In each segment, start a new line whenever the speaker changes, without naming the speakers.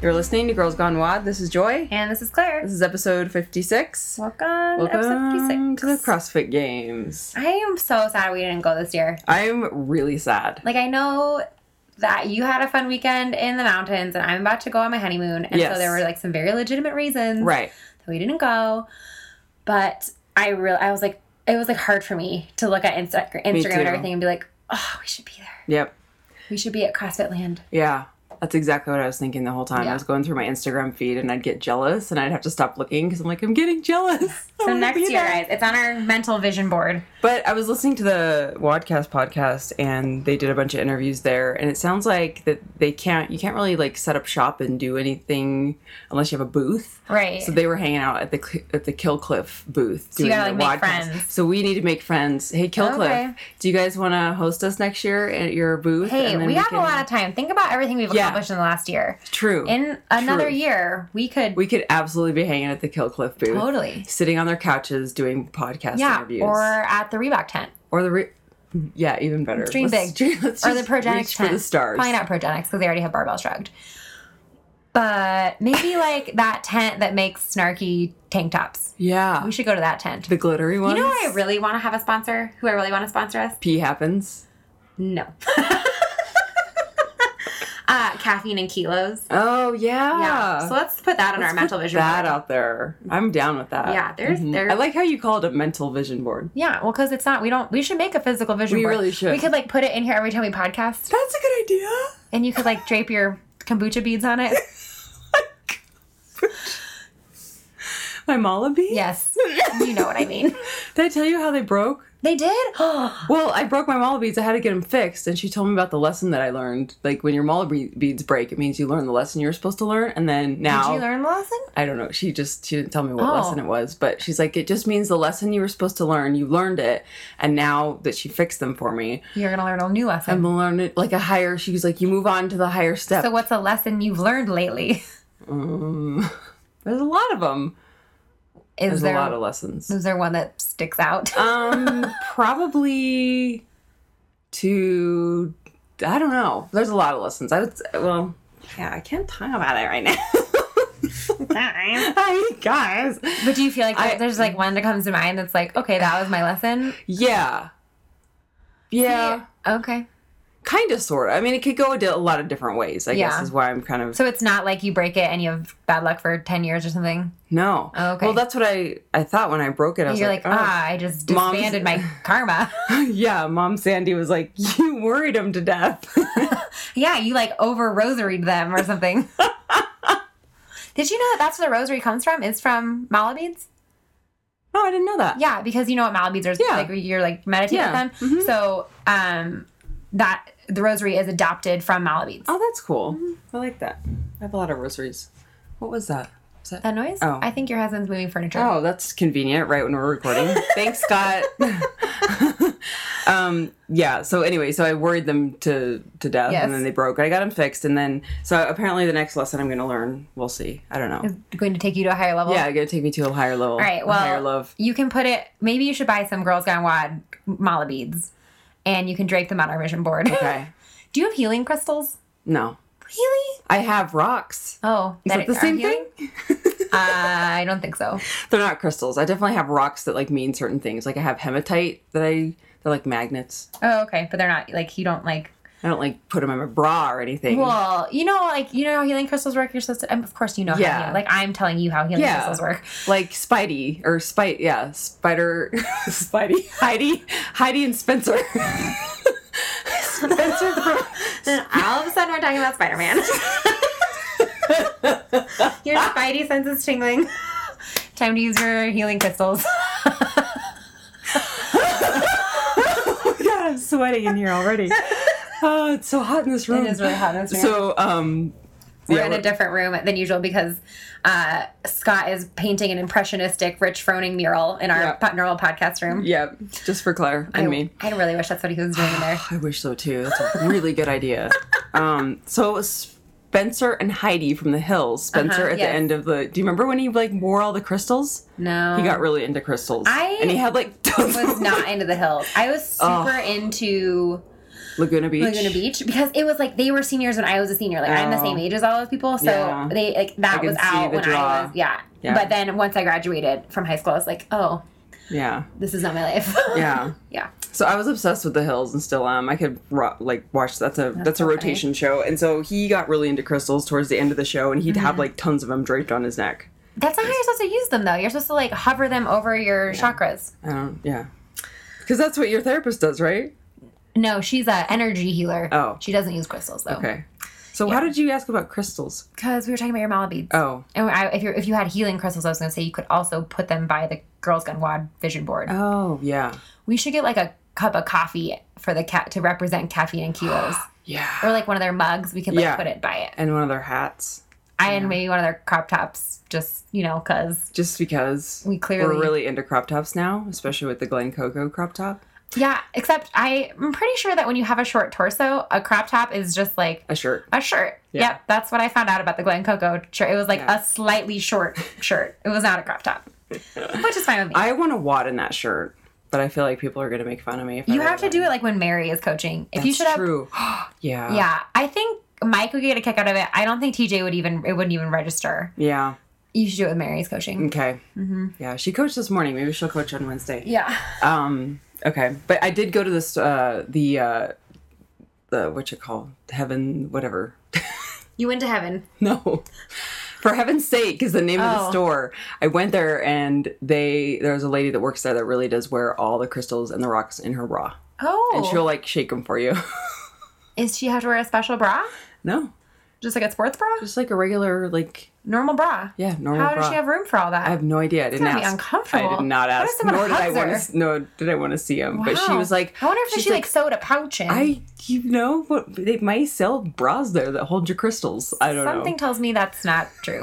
You're listening to Girls Gone Wad. This is Joy.
And this is Claire.
This is episode 56.
Welcome,
Welcome
episode 56.
to the CrossFit Games.
I am so sad we didn't go this year.
I'm really sad.
Like, I know that you had a fun weekend in the mountains, and I'm about to go on my honeymoon. And
Yes.
so there were like some very legitimate reasons
Right.
that we didn't go. But I really, I was like, it was like hard for me to look at Insta- Instagram and
too.
everything and be like, oh, we should be there.
Yep.
We should be at CrossFit Land.
Yeah. That's exactly what I was thinking the whole time. I
Yeah.
was going through my Instagram feed and I'd get jealous and I'd have to stop looking because I'm like, I'm getting jealous. I
So
wanna
next
be
year,
there.
guys, it's on our mental vision board.
But I was listening to the Wadcast podcast and they did a bunch of interviews there and it sounds like that they can't you can't really like set up shop and do anything unless you have a booth.
Right.
So they were hanging out at the cl- at the Killcliff booth
you gotta,
the
like, make
Wadcast.
friends.
So we need to make friends. Hey Killcliff,
Okay.
do you guys want to host us next year at your booth?
hey,
And
we,
then
have
can-
a lot of time. Think about everything we've
Yeah.
accomplished in the last year.
true.
In another
True.
year, we could
we could absolutely be hanging at the Killcliff booth,
Totally.
sitting on their couches doing podcast
Yeah,
interviews,
or at the Reebok tent,
Or the re- yeah, even better.
Dream
Let's-
big.
let's
or the
just
Progenics
reach for
tent.
the stars.
Probably not Progenics because they already have barbell shrugged. But maybe like that tent that makes snarky tank tops.
Yeah,
We should go to that tent.
the glittery ones.
You know, who I really want to have a sponsor. Who I really want to sponsor us?
pee happens.
No. uh, caffeine and kilos.
Oh yeah.
Yeah. So let's put that on our
Let's
mental
put
vision.
that
board.
out there. I'm down with that.
Yeah, there's-
Mhm.
there-
I like how you called it mental vision board.
Yeah, well, because it's not. We don't. We should make a physical vision
We
board.
really should.
We could like put it in here every time we podcast.
That's a good idea.
and you could like drape your kombucha beads on it.
My Malaby?
Yes, you know what I mean.
Did I tell you how they broke?
They did.
Well, I broke my Mala beads. I had to get them fixed, and she told me about the lesson that I learned. Like when your Mala be- beads break, it means you learn the lesson you're supposed to learn, and then now
Did you learn the lesson?
I don't know. She just she didn't tell me what
Oh.
lesson it was, but she's like, it just means the lesson you were supposed to learn. You learned it, and now that she fixed them for me,
You're gonna learn a new lesson.
I'm learning like a higher. She's like, you move on to the higher step.
so, what's a lesson you've learned lately?
um, there's a lot of them.
Is
There's
there
a lot of lessons.
is there one that sticks out?
Um, probably to I don't know. There's a lot of lessons. I would well, yeah, I can't talk about it right now. Hi guys.
but do you feel like there-
I-
there's like one that comes to mind that's like, okay, that was my lesson. Oh,
Yeah. Yeah.
Okay.
Kind of, sort of. I mean, it could go a, di- a lot of different ways. I guess
Yeah.
is why I'm kind of
So it's not like you break it and you have bad luck for ten years or something.
no.
Oh, okay.
Well, that's what I I thought when I broke it. I was
You're like,
oh.
ah, I just
Mom's-
disbanded my karma.
yeah. Mom Sandy was like, you worried him to death.
yeah, you like over rosaried them or something. Did you know that that's where the rosary comes from? Is from mala beads?
oh, I didn't know that.
Yeah, because you know what malbeads are
Yeah.
like you're like meditating
Yeah, Mm-hmm.
with them. So um that the rosary is adopted from malbeads.
Oh, that's cool.
Mm-hmm.
I like that. I have a lot of rosaries. What was that? Was that?
That noise?
Oh.
I think your husband's moving furniture.
oh, that's convenient, right when we're recording. Thanks, Scott. um, yeah. So anyway, so I worried them to to death,
Yes.
and then they broke. I got them fixed, and then so apparently the next lesson I'm going to learn, we'll see. I don't know.
Going to take you to a higher level.
Yeah, it's going to take me to a higher level.
All right.
a
Well,
higher love.
you can put it. Maybe you should buy some Girls Gone Wad mala beads, and you can drape them on our vision board.
Okay.
Do you have healing crystals?
No,
Really?
I have rocks.
Oh,
Is that the
are
same
healing?
thing?
uh, I don't think so.
They're not crystals. I definitely have rocks that like mean certain things. Like I have hematite that I they're like magnets.
Oh, okay. But they're not like you don't like
I don't like put them in my bra or anything.
Well, you know, like you know how healing crystals work. You're supposed to, and of course, you know.
Yeah.
How healing- like I'm telling you how healing
Yeah.
crystals work.
like Spidey or Spite, yeah, Spider, Spidey, Heidi, Heidi and Spencer. Spencer from
Then all of a sudden, we're talking about Spider Man. your spidey sense is tingling. Time to use your healing crystals.
God, I'm sweating in here already. Oh, it's so hot in this room.
It is really hot in this room.
So, um,
we're
yeah,
in
we're-
a different room than usual because uh, Scott is painting an impressionistic Rich Froning mural in
Yeah.
our po- normal podcast room.
yeah, just for Claire and me.
I really wish that's what he was doing in there.
I wish so too. That's a really good idea. Um, so it was Spencer and Heidi from the Hills. Spencer at
Uh-huh,
the
yes.
end of the. Do you remember when he like wore all the crystals?
No,
He got really into crystals.
Uh-huh. I
and he had like
was not into the hills. I was super into
Laguna Oh. Beach.
Laguna Beach because it was like they were seniors when I was a senior. Like I'm the
Oh.
same age as all those people, so
Yeah.
they like
I
that
can
was
see
out
the
when
draw.
I was yeah.
Yeah.
But then once I graduated from high school, I was like, oh,
Yeah.
this is not my life.
Yeah.
yeah.
So I was obsessed with the hills and still am. I could ro- like watch that's a that's, a
so funny.
rotation show, and so he got really into crystals towards the end of the show, and he'd
Mm-hmm.
have like tons of them draped on his neck.
That's not how you're supposed to use them though. You're supposed to like hover them over your chakras.
I don't, yeah, because that's what your therapist does, right?
No, she's a energy healer.
Oh.
she doesn't use crystals though.
Okay. So how did you ask about crystals?
Because we were talking about your mala beads.
Oh,
And I, if you if you had healing crystals, I was going to say you could also put them by the Girls Gone Wild vision board.
oh yeah,
We should get like a cup of coffee for the cat to represent caffeine and kilos,
yeah,
or like one of their mugs. We could like
Yeah.
put it by it.
and one of their hats,
I and maybe one of their crop tops, just you know, because
just because
we clearly
we're really into crop tops now, especially with the Glen Coco crop top,
yeah. Except I'm pretty sure that when you have a short torso, a crop top is just like
a shirt.
a shirt.
Yeah.
Yep, that's what I found out about the Glen Coco shirt. It was like
Yeah.
a slightly short shirt. It was not a crop top, which is fine with me.
I want to wad in that shirt, but I feel like people are gonna make fun of me if I
you
wear
have to
that.
do it like when Mary is coaching. If you
It's
should have
true. yeah.
Yeah, I think Mike would get a kick out of it. I don't think TJ would even it wouldn't even register.
Yeah.
You should do it with Mary's coaching.
Okay. Yeah, she coached this morning. Maybe she'll coach on Wednesday.
Mm-hmm. Yeah.
Um. Okay, but I did go to this. Uh. The. Uh, the what you call heaven whatever.
You went to heaven.
no. For heaven's sake is the name of the
Oh.
store. I went there and they there's a lady that works there that really does wear all the crystals and the rocks in her bra.
Oh.
And she'll like shake them for you.
Is she have to wear a special bra?
no.
Just like a sports bra?
Just like a regular like
Normal bra.
yeah, normal
How
bra.
does she have room for all that?
I have no idea. I didn't
gotta be
ask.
uncomfortable.
I did not
What if
ask.
someone
Nor did I
hugs
want
her?
to. No, did I want to see him? But she
Wow.
was like,
I wonder if
she's
she like, sewed a pouch in.
I, you know, what they might sell bras there that hold your crystals. I don't
Something tells me that's not true.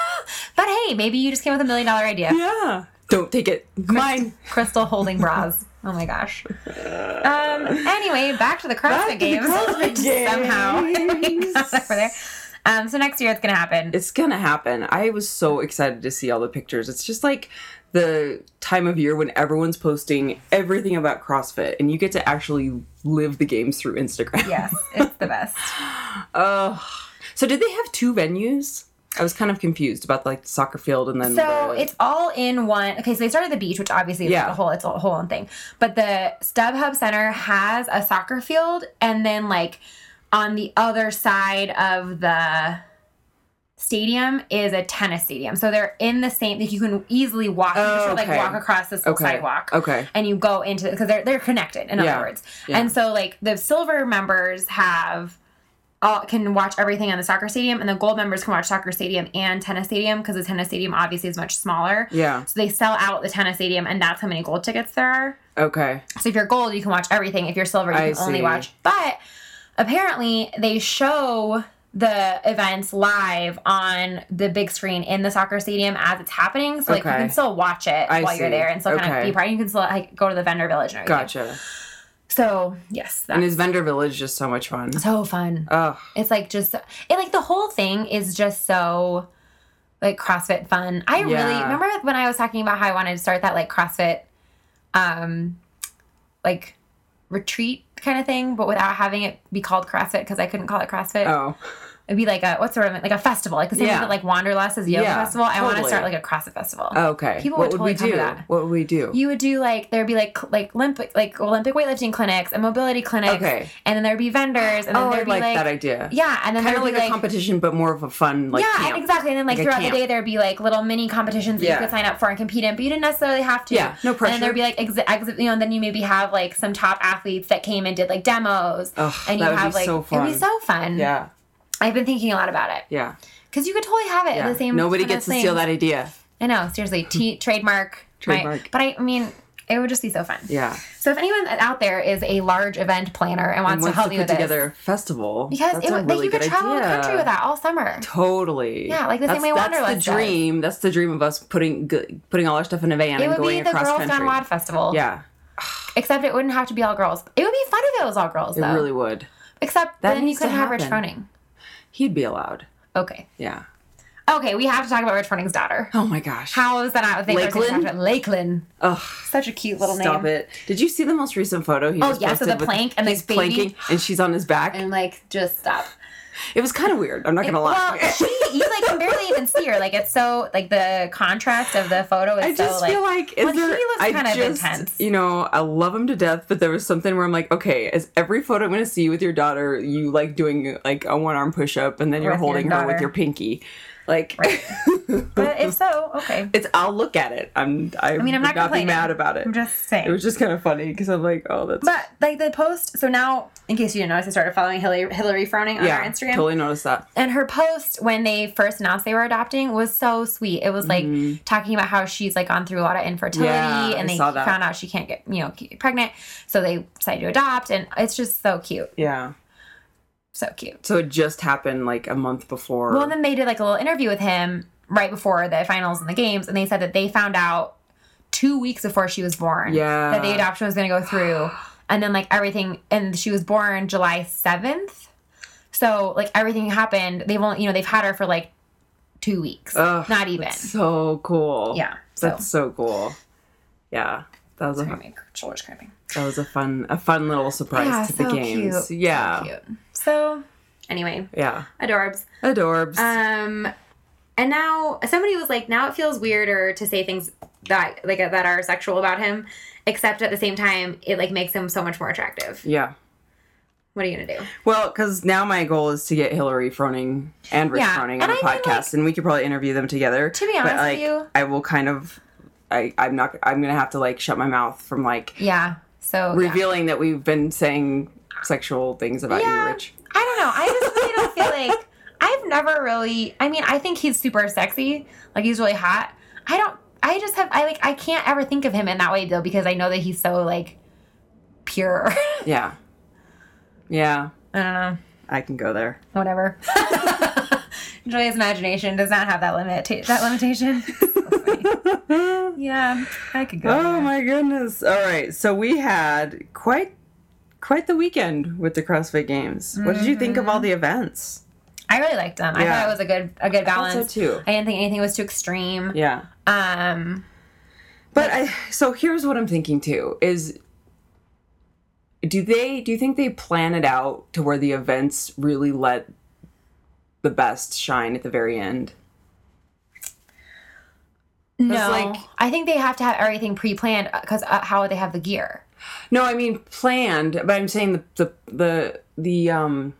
but hey, maybe you just came with a million dollar idea.
know. Yeah. Don't take it. Mine.
Crystal holding bras. Oh my gosh. Um. Anyway, back to the
Back to
CrossFit
the
games.
CrossFit
Somehow
games.
over there. Um. So next year it's gonna happen.
It's gonna happen. I was so excited to see all the pictures. It's just like the time of year when everyone's posting everything about CrossFit, and you get to actually live the games through Instagram.
yes, it's the best.
Ugh. So did they have two venues? I was kind of confused about like the soccer field and then
So
the-
it's all in one. Okay, so they started the beach, which obviously is
Yeah.
like a whole it's a whole own thing. But the StubHub Center has a soccer field, and then like on the other side of the stadium is a tennis stadium. So they're in the same. Like you can easily walk. you can
Oh,
sort of,
okay.
like walk across this little
Okay.
sidewalk.
Okay.
And you go into because they're they're connected. In
Yeah.
other words,
Yeah.
and so like the silver members have all can watch everything on the soccer stadium, and the gold members can watch soccer stadium and tennis stadium because the tennis stadium obviously is much smaller.
Yeah.
So they sell out the tennis stadium, and that's how many gold tickets there are.
Okay.
So if you're gold, you can watch everything. If you're silver, you
I
can only
see.
watch. But apparently, they show the events live on the big screen in the soccer stadium as it's happening. So like you
Okay.
can still watch it
I
while you're
see.
there and still kind
Okay.
of be part. You can still like go to the vendor village and everything.
Gotcha.
So yes,
And
that's
is Vendor Village just so much fun?
so fun.
Oh,
It's like just it like the whole thing is just so like CrossFit fun. I really
Yeah.
remember when I was talking about how I wanted to start that like CrossFit um like retreat kind of thing, but without having it be called CrossFit because I couldn't call it CrossFit.
oh,
It'd be like a what's the word? Like a festival, like the same
Yeah.
way that like Wanderlust is a yoga
Yeah,
festival. I want to
totally. Oh.
start like a CrossFit festival.
okay.
People
what
would
we
totally
do?
come to that.
What would we do?
You would do like there'd be like cl- like Olympic like Olympic weightlifting clinics and mobility clinics,
Okay.
and then there'd be vendors, and then
oh, I
there'd be
like,
like
that idea.
yeah, and then
kind
there'd
of
be
like, a competition, but more of a fun like
yeah,
camp.
and exactly. And then like,
Like a
throughout the
camp.
day, there'd be like little mini competitions that
Yeah.
you could sign up for and compete in, but you didn't necessarily have to.
Yeah, no
And then there'd be like exi- exhibit, you know, and then you maybe have like some top athletes that came and did like demos,
Ugh,
and you
that would
have
be
like
so
it'd
fun.
be so fun.
Yeah,
I've been thinking a lot about it
yeah.
because you could totally have it at
yeah.
the same.
Nobody
kind of
gets to steal
thing.
that idea.
I know, seriously, T- trademark. right?
Trademark.
But I, I mean, it would just be so fun.
Yeah,
So if anyone out there is a large event planner and wants,
and wants
to help
to
you
put
with
together
this,
a festival
because
that's
it,
a
would- like,
really
you could
good
travel
idea.
the country with that all summer.
Totally.
Yeah, like the same
that's,
way
That's
Wanderlust
the
does.
dream. That's the dream of us putting g- putting all our stuff in a van
It
and
would
going
be the
across
Girls
country.
Gone Wild Festival.
Yeah,
Except it wouldn't have to be all girls. It would be fun if it was all girls,
it
though.
really would.
Except
That
then you
needs to
couldn't have Rich
happen.
Froning.
He'd be allowed.
Okay.
Yeah.
Okay, we have to talk about Rich Horning's daughter.
Oh my gosh.
How is that not a thing? we're supposed to
Lakeland?
talk about? Lakeland.
Ugh,
Such a cute little
stop
name.
it. Did you see the most recent photo? He
Oh,
just
yeah, so
posted
the
with-
plank and the
he's
baby.
planking and she's on his back.
And like, just stop.
it was kind of weird. I'm not gonna lie.
Well, she, you like can barely even see her. Like it's so like the contrast of the photo is
I just
so
feel
like.
like is
well, he
there,
looks
I
kind of
just,
intense.
You know, I love him to death, but there was something where I'm like, okay, is every photo I'm gonna see with your daughter, you like doing like a one arm push up and then you're
With your
holding her with
daughter.
your pinky. Like
But if so, okay.
it's I'll look at it. I'm I,
mean,
would
I'm not
not be
complaining.
mad about it.
I'm just saying.
It was just kind of funny because I'm like, oh, that's
But like the post, so now in case you didn't notice, I started following Hillary, Hillary Frowning on
yeah.
our Instagram,
Totally noticed that.
and her post when they first announced they were adopting was so sweet. It was like talking about how she's like gone through a lot of infertility,
Mm-hmm. Yeah, I
and they
saw that.
found out she can't get you know get pregnant, so they decided to adopt, and it's just so cute,
Yeah.
so cute.
So it just happened like a month before.
Well, and then they did like a little interview with him right before the finals and the games, and they said that they found out two weeks before she was born
Yeah.
that the adoption was going to go through, and then like everything, and she was born July seventh, so like everything happened. They've only you know they've had her for like two weeks,
Ugh,
not even.
so cool.
Yeah, so-
That's so cool. Yeah. That was a
Sorry, my shoulders cramping.
That was a fun, a fun little surprise
Yeah,
to the
so
games.
cute.
Yeah,
So cute. So anyway,
yeah,
adorbs.
adorbs.
Um, and now somebody was like, now it feels weirder to say things that like that are sexual about him, except at the same time, it like makes him so much more attractive.
yeah.
What are you gonna do?
Well, because now my goal is to get Hillary Froning and Rich
Yeah,
Froning on
and
a
I think,
podcast, and we could probably interview them together.
To be honest with
like,
you-
I will kind of, I, I'm not, I'm gonna have to like shut my mouth from like
Yeah. So yeah.
revealing that we've been saying sexual things about
Yeah.
you, Rich.
I don't know. I just really don't feel like I've never really. I mean, I think he's super sexy. Like he's really hot. I don't. I just have. I like. I can't ever think of him in that way though because I know that he's so like pure.
Yeah, yeah,
I don't know.
I can go there.
whatever. Julia's imagination does not have that limit. that limitation. yeah, I could go.
Oh my goodness! All right, so we had quite quite the weekend with the CrossFit Games. What did you think
Mm-hmm.
of all the events?
I really liked them. I
Yeah.
thought it was a good a good
thought so,
balance
too.
I didn't think anything was too extreme.
Yeah,
Um,
but I so here's what I'm thinking too is do they do you think they plan it out to where the events really let the best shine at the very end?
no,
like-
I think they have to have everything pre-planned because uh, how would they have the gear?
No, I mean planned, but I'm saying the the the the um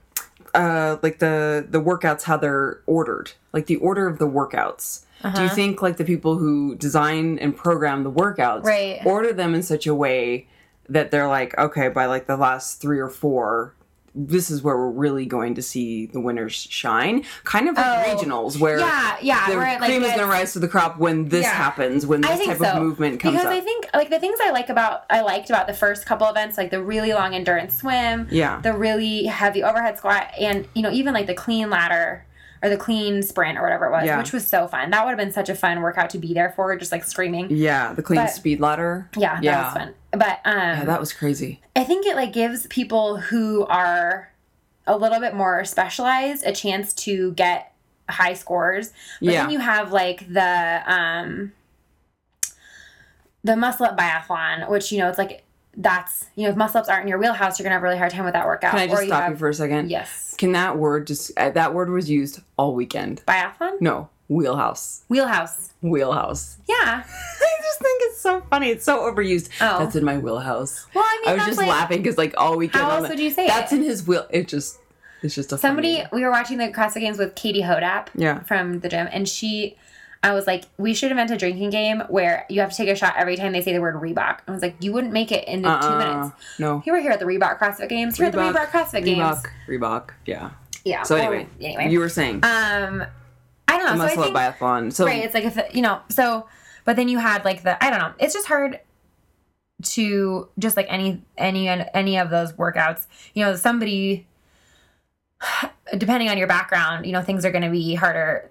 uh like the the workouts how they're ordered, like the order of the workouts. Do
Uh-huh.
you think like the people who design and program the workouts
Right.
order them in such a way that they're like, okay, by like the last three or four, this is where we're really going to see the winners shine. Kind of like
Oh.
regionals where
Yeah, yeah,
the
where it, like,
cream is
gets-
going to rise to the crop when this
Yeah.
happens, when
I
this
think
type
so
of movement comes
because
up.
I think like the things I like about I liked about the first couple events, like the really long endurance swim,
Yeah.
the really heavy overhead squat, and you know even like the clean ladder or the clean sprint or whatever it was,
Yeah.
which was so fun. That would have been such a fun workout to be there for, just like screaming.
yeah, the clean
but-
speed ladder.
Yeah, that was fun. But um,
Yeah, that was crazy.
I think it like gives people who are a little bit more specialized a chance to get high scores. But
Yeah.
then you have like the um the muscle up biathlon, which you know it's like that's you know if muscle ups aren't in your wheelhouse, you're gonna have a really hard time with that workout.
Can I just
you
stop you for a second?
yes
Can that word just uh, that word was used all weekend?
biathlon
No, wheelhouse,
wheelhouse.
wheelhouse.
Yeah.
I just think it's so funny. It's so overused.
Oh.
That's in my wheelhouse.
Well, I mean,
I was
that's
just
like-
laughing because like all weekend.
How
I'm
else
like,
would you say
That's
it?
in his wheel. It just, it's just a
Somebody
Funny,
we were watching the CrossFit Games with Katie Hodap
Yeah.
from the gym, and she, I was like, we should invent a drinking game where you have to take a shot every time they say the word Reebok. I was like, you wouldn't make it in two
Uh-uh.
minutes.
No.
You were here at the Reebok CrossFit Games. You're at the Reebok CrossFit Games.
Reebok, Reebok. Yeah.
Yeah.
So
well,
anyway,
anyway,
you were saying
um, I don't know. so I
muscle
think-
up biathlon. So
right it's like if it- you know so but then you had like the i don't know it's just hard to just like any any any of those workouts you know somebody depending on your background you know things are going to be harder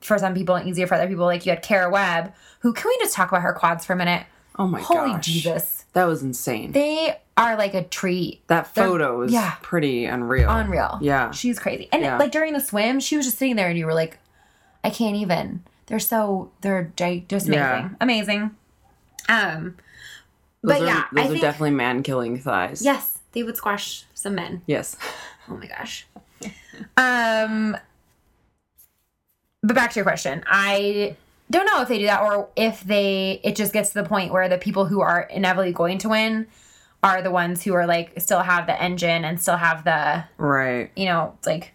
for some people and easier for other people like you had Kara Webb who can we just talk about her quads for a minute
oh my
holy
gosh,
jesus
that was insane.
they are like a treat
that
they're-
photo is
yeah.
pretty unreal.
unreal
Yeah.
she's crazy and
Yeah.
like during the swim she was just sitting there and you were like I can't even. They're so they're gi- just amazing,
Yeah.
amazing. Um,
Those
but
are,
yeah,
those
I
are
think
definitely man killing thighs.
yes, they would squash some men.
Yes.
Oh my gosh. Um, but back to your question, I don't know if they do that or if they it just gets to the point where the people who are inevitably going to win are the ones who are like still have the engine and still have the
Right.
you know, like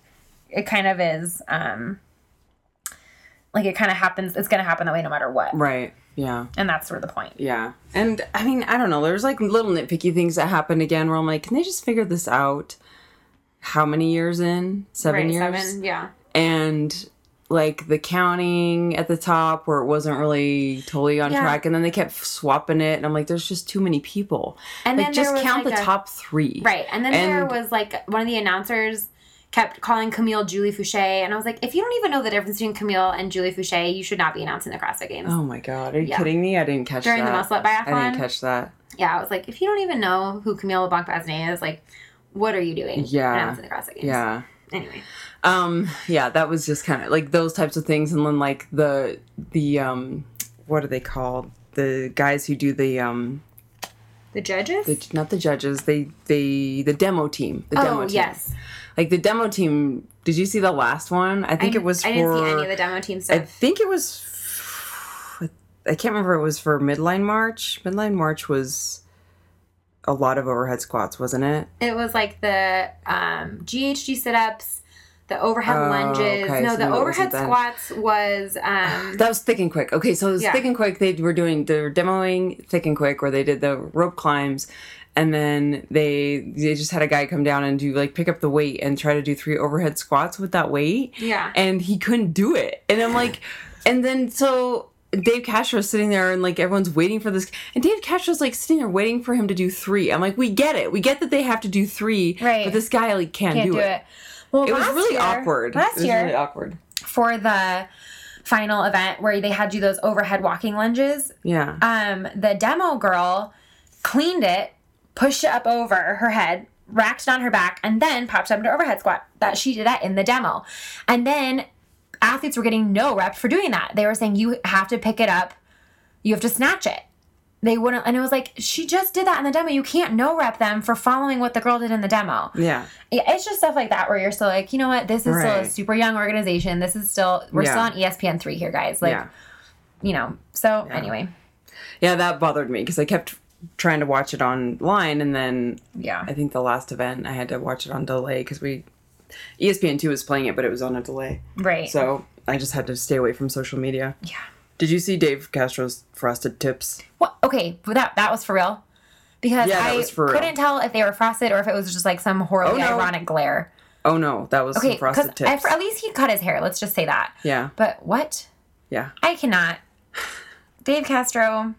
it kind of is um like it kind of happens it's going to happen that way no matter what.
Right. Yeah.
And that's sort of the point.
Yeah. And I mean, I don't know. There's like little nitpicky things that happen again where I'm like, can they just figure this out? How many years in? Seven years?
yeah.
And like the counting at the top where it wasn't really totally on
Yeah.
track. And then they kept swapping it. And I'm like, there's just too many people.
And
like,
then there
just
was,
count
like,
the
a-
top three.
Right. And then there
And-
was like one of the announcers kept calling Camille Julie Fouché and I was like if you don't even know the difference between Camille and Julie Fouché, you should not be announcing the CrossFit Games.
Oh my God. Are you
Yeah.
kidding me? I didn't catch
During
that.
the Muscle Up
I didn't
Biathlon.
catch that.
yeah, I was like if you don't even know who Camille leblanc Basney is, like what are you doing?
Yeah.
Announcing the CrossFit Games.
Yeah.
Anyway.
um yeah that was just kind of like those types of things and then like the the um what are they called the guys who do the um
The judges?
the, not the judges they they the demo team the demo
oh,
team
yes.
like the demo team did you see the last one i think it was
I
for
didn't see any of the demo team
i
stuff.
think it was f- i can't remember if it was for midline march midline march was a lot of overhead squats wasn't it
It was like the um, GHD sit ups, the overhead
Oh,
lunges.
okay,
No,
so
the
no, it wasn't
overhead
that.
squats was um,
That was thick and quick. Okay, so it was
Yeah.
thick and quick. They were doing they were demoing thick and quick, where they did the rope climbs, and then they they just had a guy come down and do like pick up the weight and try to do three overhead squats with that weight.
Yeah.
and he couldn't do it. And I'm like, and then so. Dave Castro's sitting there and like everyone's waiting for this and Dave Castro's like sitting there waiting for him to do three. I'm like, we get it. We get that they have to do three.
Right.
But this guy like can't,
can't
do, it.
Well,
It was
last
really
year-
awkward.
Last
it was
year
really awkward.
for the final event where they had you those overhead walking lunges,
Yeah.
um, the demo girl cleaned it, pushed it up over her head, racked it on her back, and then popped up into overhead squat. That she did that in the demo, and then athletes were getting no reps for doing that. They were saying you have to pick it up, you have to snatch it. They wouldn't, and it was like she just did that in the demo. You can't no rep them for following what the girl did in the demo.
yeah.
Yeah, it's just stuff like that where you're still like, you know what, this is still a
Right.
super young organization. This is still we're
Yeah.
still on E ESPN three here, guys. Like,
yeah.
you know. So anyway,
Yeah, that bothered me because I kept trying to watch it online, and then
yeah,
I think the last event I had to watch it on delay because we E ESPN two was playing it, but it was on a delay,
right.
so I just had to stay away from social media.
yeah.
Did you see Dave Castro's frosted tips?
Well, okay, but that that was for real because
Yeah, that
I
was for real.
couldn't tell if they were frosted or if it was just like some horribly
Oh, no.
ironic glare.
Oh no, that was some
Okay, because
frosted tips.
at least he cut his hair. Let's just say that.
yeah,
But what?
yeah.
I cannot. Dave Castro.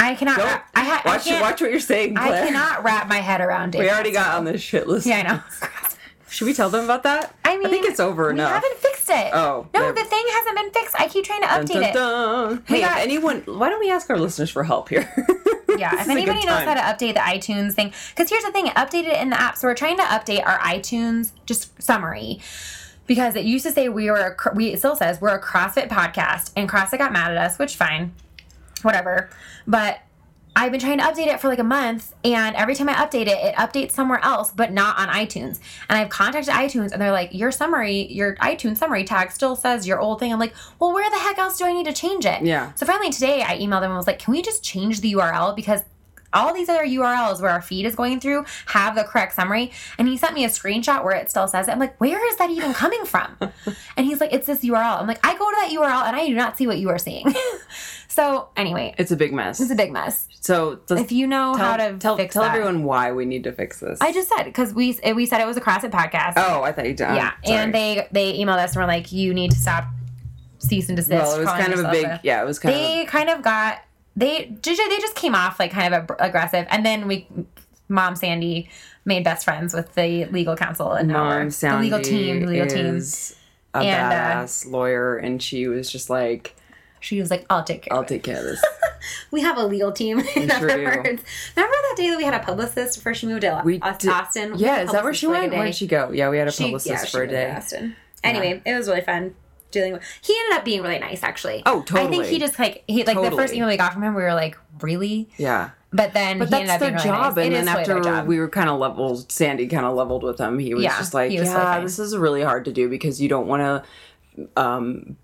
I cannot.
Don't-
wrap, I, ha-
watch,
I can't.
watch what you're saying,
I
Claire.
cannot wrap my head around Dave.
we already got on this shit list.
Castro. Yeah, I know.
Should we tell them about that?
I mean,
I think it's over
we
enough.
haven't fixed it.
Oh,
no,
there-
the thing hasn't been fixed. I keep trying to
Dun,
update
dun. Hey,
got-
if anyone, why don't we ask our listeners for help here?
it. Yeah,
This is a
if
good
anybody knows how
time.
to update the iTunes thing, because here's the thing, it updated it in the app. So we're trying to update our iTunes just summary because it used to say we were a, cr- we it still says we're a CrossFit podcast, and CrossFit got mad at us, which fine, whatever. But I've been trying to update it for like a month, and every time I update it, it updates somewhere else, but not on iTunes. And I've contacted iTunes, and they're like, "Your summary, your iTunes summary tag still says your old thing." I'm like, "Well, where the heck else do I need to change it?"
Yeah.
So finally today, I emailed them and was like, "Can we just change the URL because?" All these other URLs where our feed is going through have the correct summary. And he sent me a screenshot where it still says it. I'm like, where is that even coming from? and he's like, it's this URL. I'm like, I go to that URL and I do not see what you are seeing. so, anyway,
it's a big mess.
it's a big mess
so let's
if you know how to
tell,
fix
tell
that.
everyone why we need to fix this.
I just said because we we said it was a CrossFit podcast.
Oh, I thought you did.
yeah, and they they emailed us and were like, "You need to stop, cease and desist."
Well, it was
calling
kind of a
yourself
big. Yeah, it was kind of.
They kind of got they JJ they just came off like kind of ab- aggressive, and then we mom Sandy made best friends with the legal counsel and now we're-
Mom
the
Sandy
legal team, the legal team.
is a
And, uh,
badass lawyer, and she was just like,
She was like, "I'll take care."
"I'll
of it."
take care of this."
We have a legal team. In
sure
other
do.
words, remember that day that we had a publicist before she moved to
We
Aus-
did-
Austin? We had
yeah,
a
is that where
publicist
she
for like a
went?
day.
Where'd she go? Yeah, we had a
She-
publicist
yeah, she
for a
lived in
day.
Austin. Anyway, it was really fun. dealing with. He ended up being really nice, actually.
Oh,
I think
totally.
he just like he like the first
Totally.
email we got from him, we were like, really?
Yeah.
But then
But
he ended
that's
up
their
being really
job.
nice. It
And
is
then
totally
after
their job.
we were kind of leveled, Sandy kind of leveled with him. He was
Yeah,
just like,
he was so
yeah,
kind.
this is really hard to do because you don't want to, um,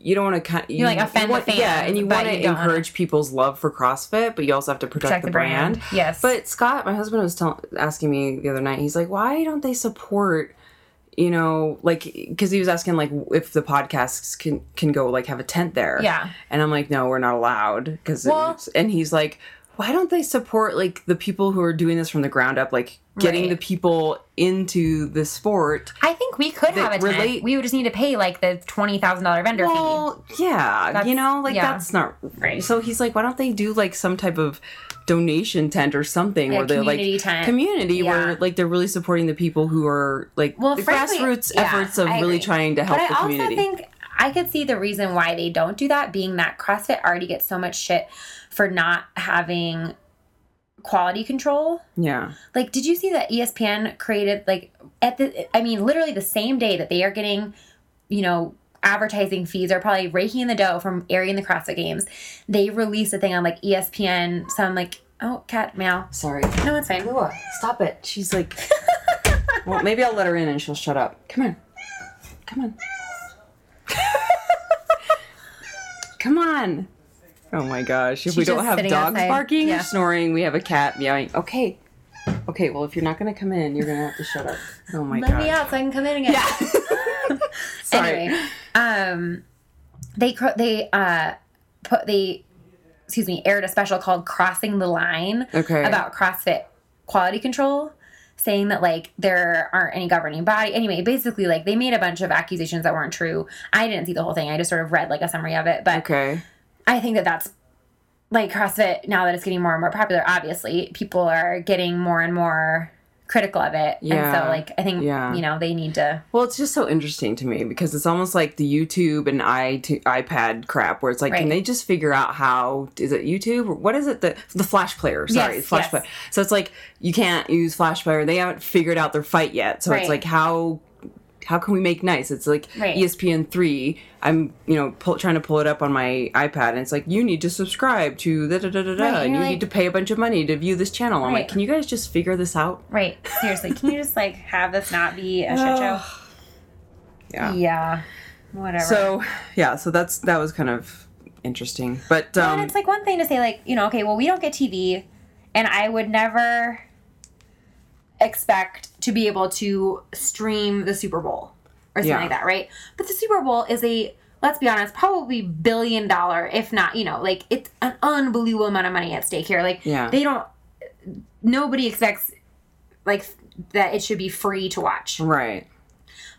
you don't want to kind you
like, offend
you want-
the
Yeah,
fans,
and you
but
want
you
to
don't wanna-
encourage people's love for CrossFit, but you also have to protect, the, brand.
Yes,
But Scott, my husband was tell- asking me the other night. He's like, "Why don't they support?" You know, like because he was asking like if the podcasts can can go like have a tent there.
Yeah.
And I'm like, no, we're not allowed because.
Well-
and he's like, why don't they support like the people who are doing this from the ground up, like getting
Right.
the people into the sport?
I think we could
They
have a tent.
relate-
We would just need to pay like the twenty thousand dollar vendor fee.
Well, yeah,
That's-
you know, like
yeah.
that's not
Right.
So he's like, why don't they do like some type of donation tent or something
Yeah,
where they're like
community tent.
community
Yeah.
where like they're really supporting the people who are like
Well,
the
frankly,
grassroots
yeah,
efforts of
I
really
agree.
trying to help
But I
the
also
community.
think I could see the reason why they don't do that being that CrossFit already gets so much shit for not having quality control.
yeah.
Like, did you see that E ESPN created like at the? I mean, literally the same day that they are getting, you know, advertising fees are probably raking in the dough from airing the CrossFit games. They release a thing on like E ESPN. So I'm like, oh, cat meow.
Sorry.
No, it's fine.
Lua, stop it. She's like Well, maybe I'll let her in and she'll shut up. Come on. Come on. Come on. Oh my gosh. If we
She's
don't
just
have
sitting
dogs
outside.
barking
Yeah.
or snoring, we have a cat meowing. Okay. Okay, well if you're not gonna come in, you're gonna have to shut up. Oh my
Let
god.
me out so I can come in again.
Sorry.
Anyway, um, they cr- they uh put they excuse me aired a special called "Crossing the Line"
Okay.
about CrossFit quality control, saying that like there aren't any governing body. Anyway, basically like they made a bunch of accusations that weren't true. I didn't see the whole thing. I just sort of read like a summary of it, but
Okay.
I think that that's like CrossFit now that it's getting more and more popular. Obviously, people are getting more and more critical of it, and
Yeah.
so like I think
Yeah.
you know they need to.
Well, it's just so interesting to me because it's almost like the YouTube and i iPad crap, where it's like,
Right.
can they just figure out how is it YouTube or what is it the the Flash player? Sorry,
Yes,
Flash
yes.
player. So it's like you can't use Flash player. They haven't figured out their fight yet. So
Right.
it's like how how can we make nice? It's like E
Right.
ESPN three. I'm you know pull, trying to pull it up on my iPad, and it's like you need to subscribe to da da da da da,
Right, and
and you
you're like-
need to pay a bunch of money to view this channel. I'm
Right.
like, can you guys just figure this out?
Right. Seriously, can you just like have this not be a shit show?
Yeah.
Yeah. Whatever.
So yeah, so that's that was kind of interesting, but um,
and it's like one thing to say like, you know, okay, well we don't get TV and I would never expect to be able to stream the Super Bowl or something
Yeah.
like that, right? But the Super Bowl is a let's be honest, probably billion dollar, if not, you know, like it's an unbelievable amount of money at stake here. Like
Yeah.
they don't nobody expects like that it should be free to watch.
right?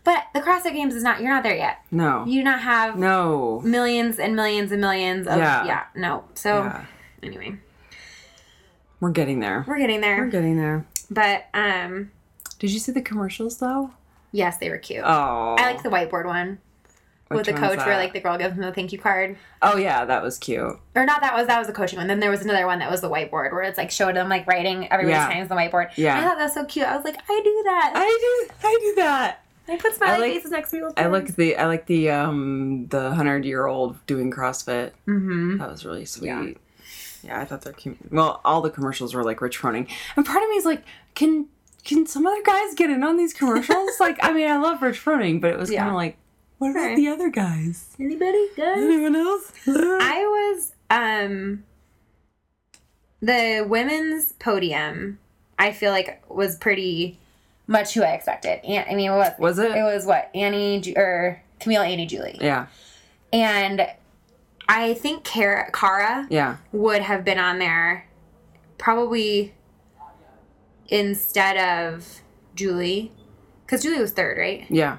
But the CrossFit Games is not. You're not there yet.
No,
You do not have
no.
millions and millions and millions of yeah.
Yeah.
no. So
Yeah.
anyway,
We're getting there.
we're getting
We're
there.
getting there.
But um,
Did you see the commercials though?
yes, they were cute.
Oh,
I like the whiteboard one with the coach where like the girl gives him the thank you card.
oh yeah, that was cute.
Or not that was that was the coaching one. Then there was another one that was the whiteboard where it's like showed them like writing everybody's
Yeah.
times on the whiteboard.
Yeah.
I thought that was so cute. I was like, I do that.
I do, I do that.
I, put smiley
like-
faces next to me.
I like the, I like the, um, the hundred year old doing CrossFit.
Mm-hmm.
That was really sweet.
Yeah.
Yeah. I thought they're cute. Well, all the commercials were like Rich Froning, and part of me is like, can can some other guys get in on these commercials? like, I mean, I love Rich Froning, but it was
Yeah.
kind of like, what about
Right.
the other guys?
Anybody? Guys?
Anyone else?
I was um the women's podium. I feel like was pretty much who I expected. And I mean, what
was it?
it was what Annie Ju- or Camille, Annie, Julie,
yeah,
and I think Cara, Cara
yeah,
would have been on there probably instead of Julie because Julie was third, right?
yeah.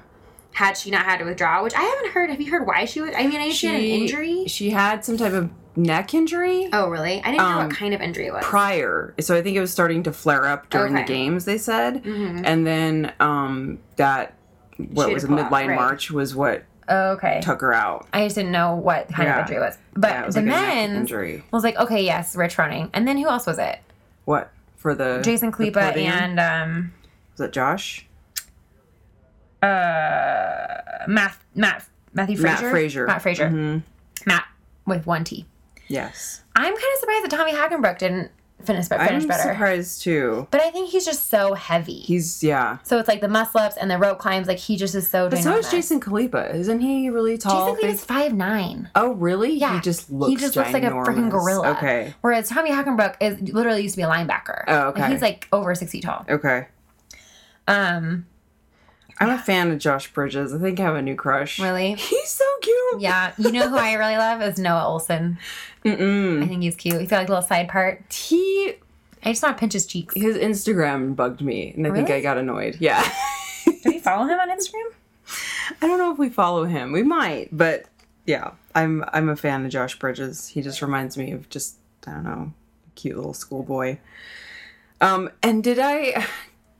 Had she not had to withdraw, which I haven't heard. Have you heard why she was? I mean, I know she had an injury.
She had some type of neck injury
Oh, really? I didn't know
Um,
what kind of injury it was.
prior, so I think it was starting to flare up during the
Okay.
games. They said,
Mhm.
and then um, that
She had
what
to
was a
pull out,
midline
right.
march was what
Oh, okay.
took her out.
I just didn't know what kind
Yeah.
of injury it was. But
Yeah, it was
the
like a neck
men's
injury.
was like, okay, yes, Rich Running. And then who else was it?
What for the
Jason
the
Kleba
podium?
and um,
was that Josh?
uh, Matt, Matt Matthew
Matt
Frazier.
Frazier.
Matt Frazier.
Mhm.
Matt with one T.
Yes.
I'm kind of surprised that Tommy Hagenbrook didn't finish, but finish
I'm
better.
surprised too.
But I think he's just so heavy.
He's yeah.
so it's like the muscle ups and the rope climbs. Like he just is so.
But
doing
so
all
is
that.
Jason Kalipa. Isn't he really tall?
Jason Lee is five nine.
oh really?
Yeah,
He just looks.
he just looks like a
ginormous.
freaking gorilla.
Okay.
Whereas Tommy Hackenbrook is literally used to be a linebacker.
Oh,
And
okay.
he's like over six feet tall.
Okay.
Um,
I'm a fan of Josh Bridges. I think I have a new crush.
really.
He's so cute.
Yeah, you know who I really love is Noah Olson. I
Mm-mm.
think he's cute. He's got like a little side part.
He
I just want to pinch his cheeks.
his Instagram bugged me, and I think
Really?
I got annoyed. Yeah.
Do you follow him on Instagram?
I don't know if we follow him. We might, but yeah, I'm I'm a fan of Josh Bridges. He just reminds me of just I don't know, cute little schoolboy. Um, and did I?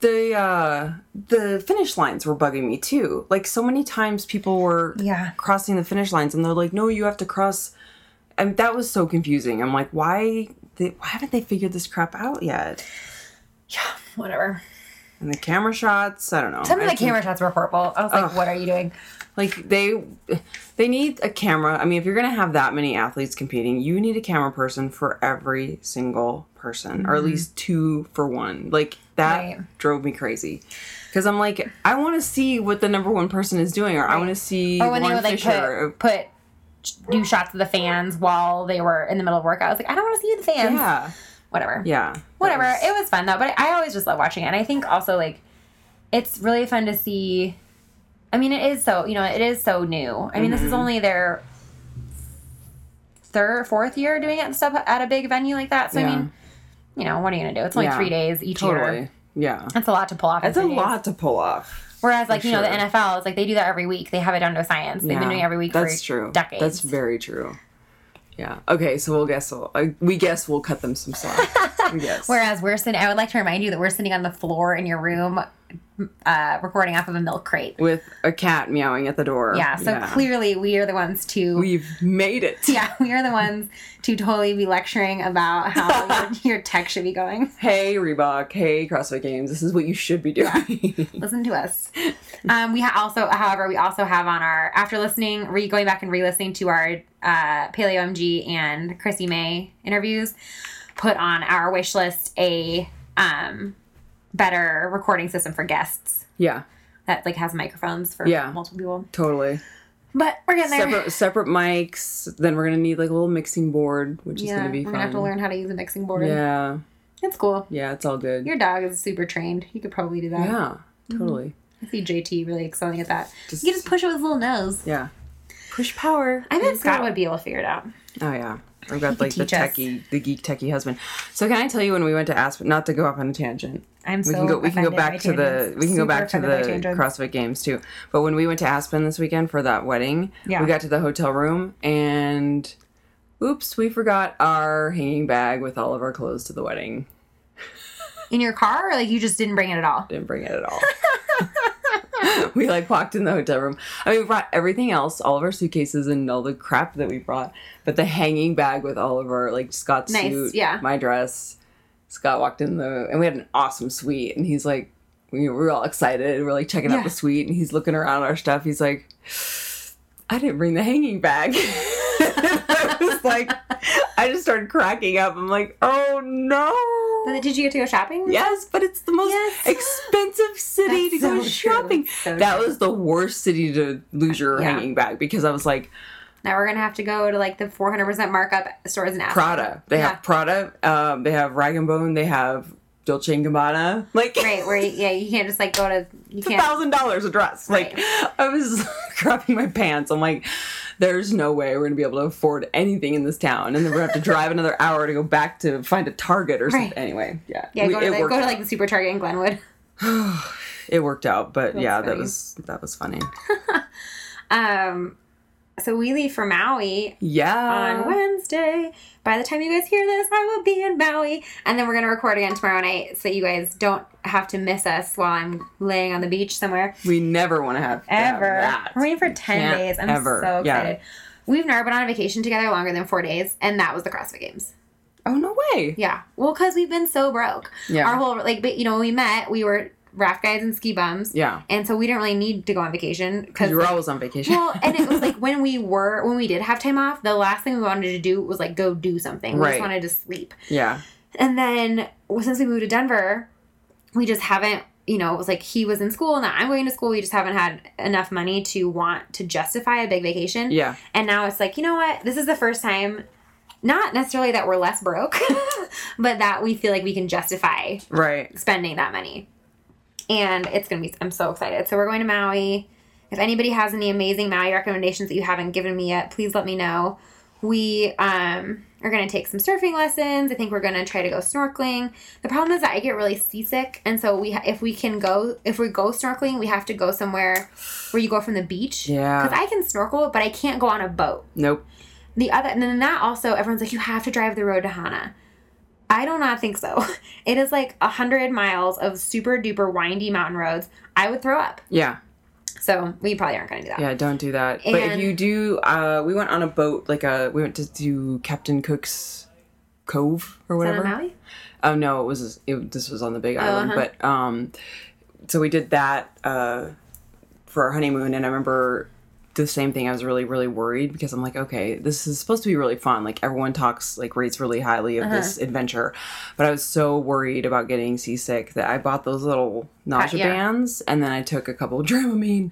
The uh, the finish lines were bugging me too. Like so many times, people were
Yeah.
crossing the finish lines, and they're like, "No, you have to cross." And that was so confusing. I'm like, why? They, why haven't they figured this crap out yet?
Yeah, whatever.
And the camera shots, I don't know.
Some of
I
the camera shots were horrible. I was like, what are you doing?
Like they they need a camera. I mean, if you're going to have that many athletes competing, you need a camera person for every single person or at least two for one. Like that
Mm-hmm. Right.
drove me crazy. Cuz I'm like I want to see what the number 1 person is doing or I want to see
Or when
Lauren
they would like
Fisher.
put, put do shots of the fans while they were in the middle of workout. I was like, I don't want to see the fans.
Oh, yeah.
Whatever.
Yeah. That
whatever.
was-
It was fun though, but I always just love watching it. And I think also like it's really fun to see. I mean, it is so you know it is so new. I mean, this
Mm-hmm.
is only their third, fourth year doing it and stuff at a big venue like that. So I
Yeah.
mean, you know, what are you gonna do? It's only
Yeah.
three days each year.
totally. Yeah.
That's a lot to pull off. in
That's a
three days.
lot to pull off.
Whereas, like
for
you know,
sure.
the NFL is like they do that every week. They have it down to a science. They've
Yeah.
been doing it every week
That's
for
true.
decades.
That's very true. Yeah. Okay, so we'll guess we'll, uh, we guess we'll cut them some slack. we guess.
Whereas we're sitting, I would like to remind you that we're sitting on the floor in your room, uh, recording off of a milk crate.
with a cat meowing at the door.
Yeah, so clearly we are the ones to
We've made it.
yeah, we are the ones to totally be lecturing about how your, your tech should be going.
Hey Reebok, hey CrossFit Games, this is what you should be doing.
Listen to us. Um, we ha- also, however, we also have on our after listening, re going back and re-listening to our uh, Paleo MG and Chrissy May interviews, put on our wish list a um, better recording system for guests
yeah,
that like has microphones for
Yeah.
multiple people.
totally.
But we're getting there.
Separate separate mics. Then we're gonna need like a little mixing board, which is
yeah,
gonna be
we're
fun.
gonna have to learn how to use a mixing board.
Yeah,
It's cool.
yeah, it's all good.
Your dog is super trained. You could probably do that.
yeah, totally.
I see JT really excelling at that.
Just-
you can just push it with his little nose.
Yeah. Push power.
I bet Scott would be able to figure it out.
Oh yeah. We've got like the
teach us.
techie, the geek techie husband. So can I tell you when we went to Aspen? Not to go off on a tangent.
I'm
we can go we can go back to the we can go back to the CrossFit games too. But when we went to Aspen this weekend for that wedding,
Yeah.
we got to the hotel room and oops, we forgot our hanging bag with all of our clothes to the wedding.
in your car, or like you just didn't bring it at all.
Didn't bring it at all. we like walked in the hotel room. I mean, we brought everything else, all of our suitcases and all the crap that we brought, but the hanging bag with all of our like Scott's
Nice,
suit,
yeah.
my dress. Scott walked in the and we had an awesome suite, and he's like, we were all excited. We're like checking
Yeah.
out the suite, and he's looking around our stuff. He's like, I didn't bring the hanging bag. I was like, I just started cracking up. I'm like, oh no.
But did you get to go shopping?
Yes, but it's the most
Yes.
expensive city
That's
to go
so true.
shopping.
So
that
true.
was the worst city to lose your
Yeah.
hanging bag because I was like
Now we're gonna have to go to like the 400% markup stores in Aspen.
Prada. They
Yeah.
have Prada. Um, they have Rag and Bone. They have Dolce and Gabbana. Like
Right, where you, yeah, you can't just like go to you
a
can't.
thousand dollars a dress. Like I was dropping my pants. I'm like, there's no way we're gonna be able to afford anything in this town, and then we're gonna have to drive another hour to go back to find a Target or something.
Right.
Anyway, yeah,
Yeah,
we-
go to, the,
worked
go to
out.
like the Super Target in Glenwood.
it worked out, but yeah, that
funny.
was that was funny.
Um, so we leave for Maui
Yeah,
on Wednesday. By the time you guys hear this, I will be in Maui. And then we're going to record again tomorrow night so that you guys don't have to miss us while I'm laying on the beach somewhere.
We never want to have to have
Ever.
that.
We're waiting for 10
Can't
days. I'm
ever.
so
Yeah.
excited. We've never been on a vacation together longer than four days, and that was the CrossFit Games.
Oh no way!
Yeah. Well, because we've been so broke.
Yeah.
Our whole, like, but, you know, when we met, we were raft guides and ski bums.
Yeah.
And so we didn't really need to go on vacation because
You were always on vacation.
well, and it was like when we were when we did have time off, the last thing we wanted to do was like go do something. We
Right.
just wanted to sleep.
yeah.
And then well, since we moved to Denver, we just haven't. You know, it was like he was in school and I'm going to school. We just haven't had enough money to want to justify a big vacation.
Yeah.
And now it's like, you know what? This is the first time, not necessarily that we're less broke, but that we feel like we can justify
Right.
spending that money. And it's going to be, I'm so excited. So we're going to Maui. If anybody has any amazing Maui recommendations that you haven't given me yet, please let me know. We um, are going to take some surfing lessons. I think we're going to try to go snorkeling. The problem is that I get really seasick, and so we ha- if we can go if we go snorkeling, we have to go somewhere where you go from the beach.
Yeah.
because I can snorkel, but I can't go on a boat.
Nope.
The other, and then that also, everyone's like, you have to drive the road to Hana. I do not think so. It is like a hundred miles of super duper windy mountain roads. I would throw up.
Yeah.
So we probably aren't going to do that.
Yeah, don't do that. but if
And-
you do, uh, we went on a boat, like a, we went to do Captain Cook's Cove or
Is that on
whatever.
Maui?
Oh no, it was it, this was on the Big Island,
uh-huh.
but um, so we did that uh for our honeymoon, and I remember the same thing. I was really really worried because I'm like, okay, this is supposed to be really fun. Like everyone talks like rates really highly of this
Uh-huh.
adventure, but I was so worried about getting seasick that I bought those little nausea
yeah.
bands, and then I took a couple of Dramamine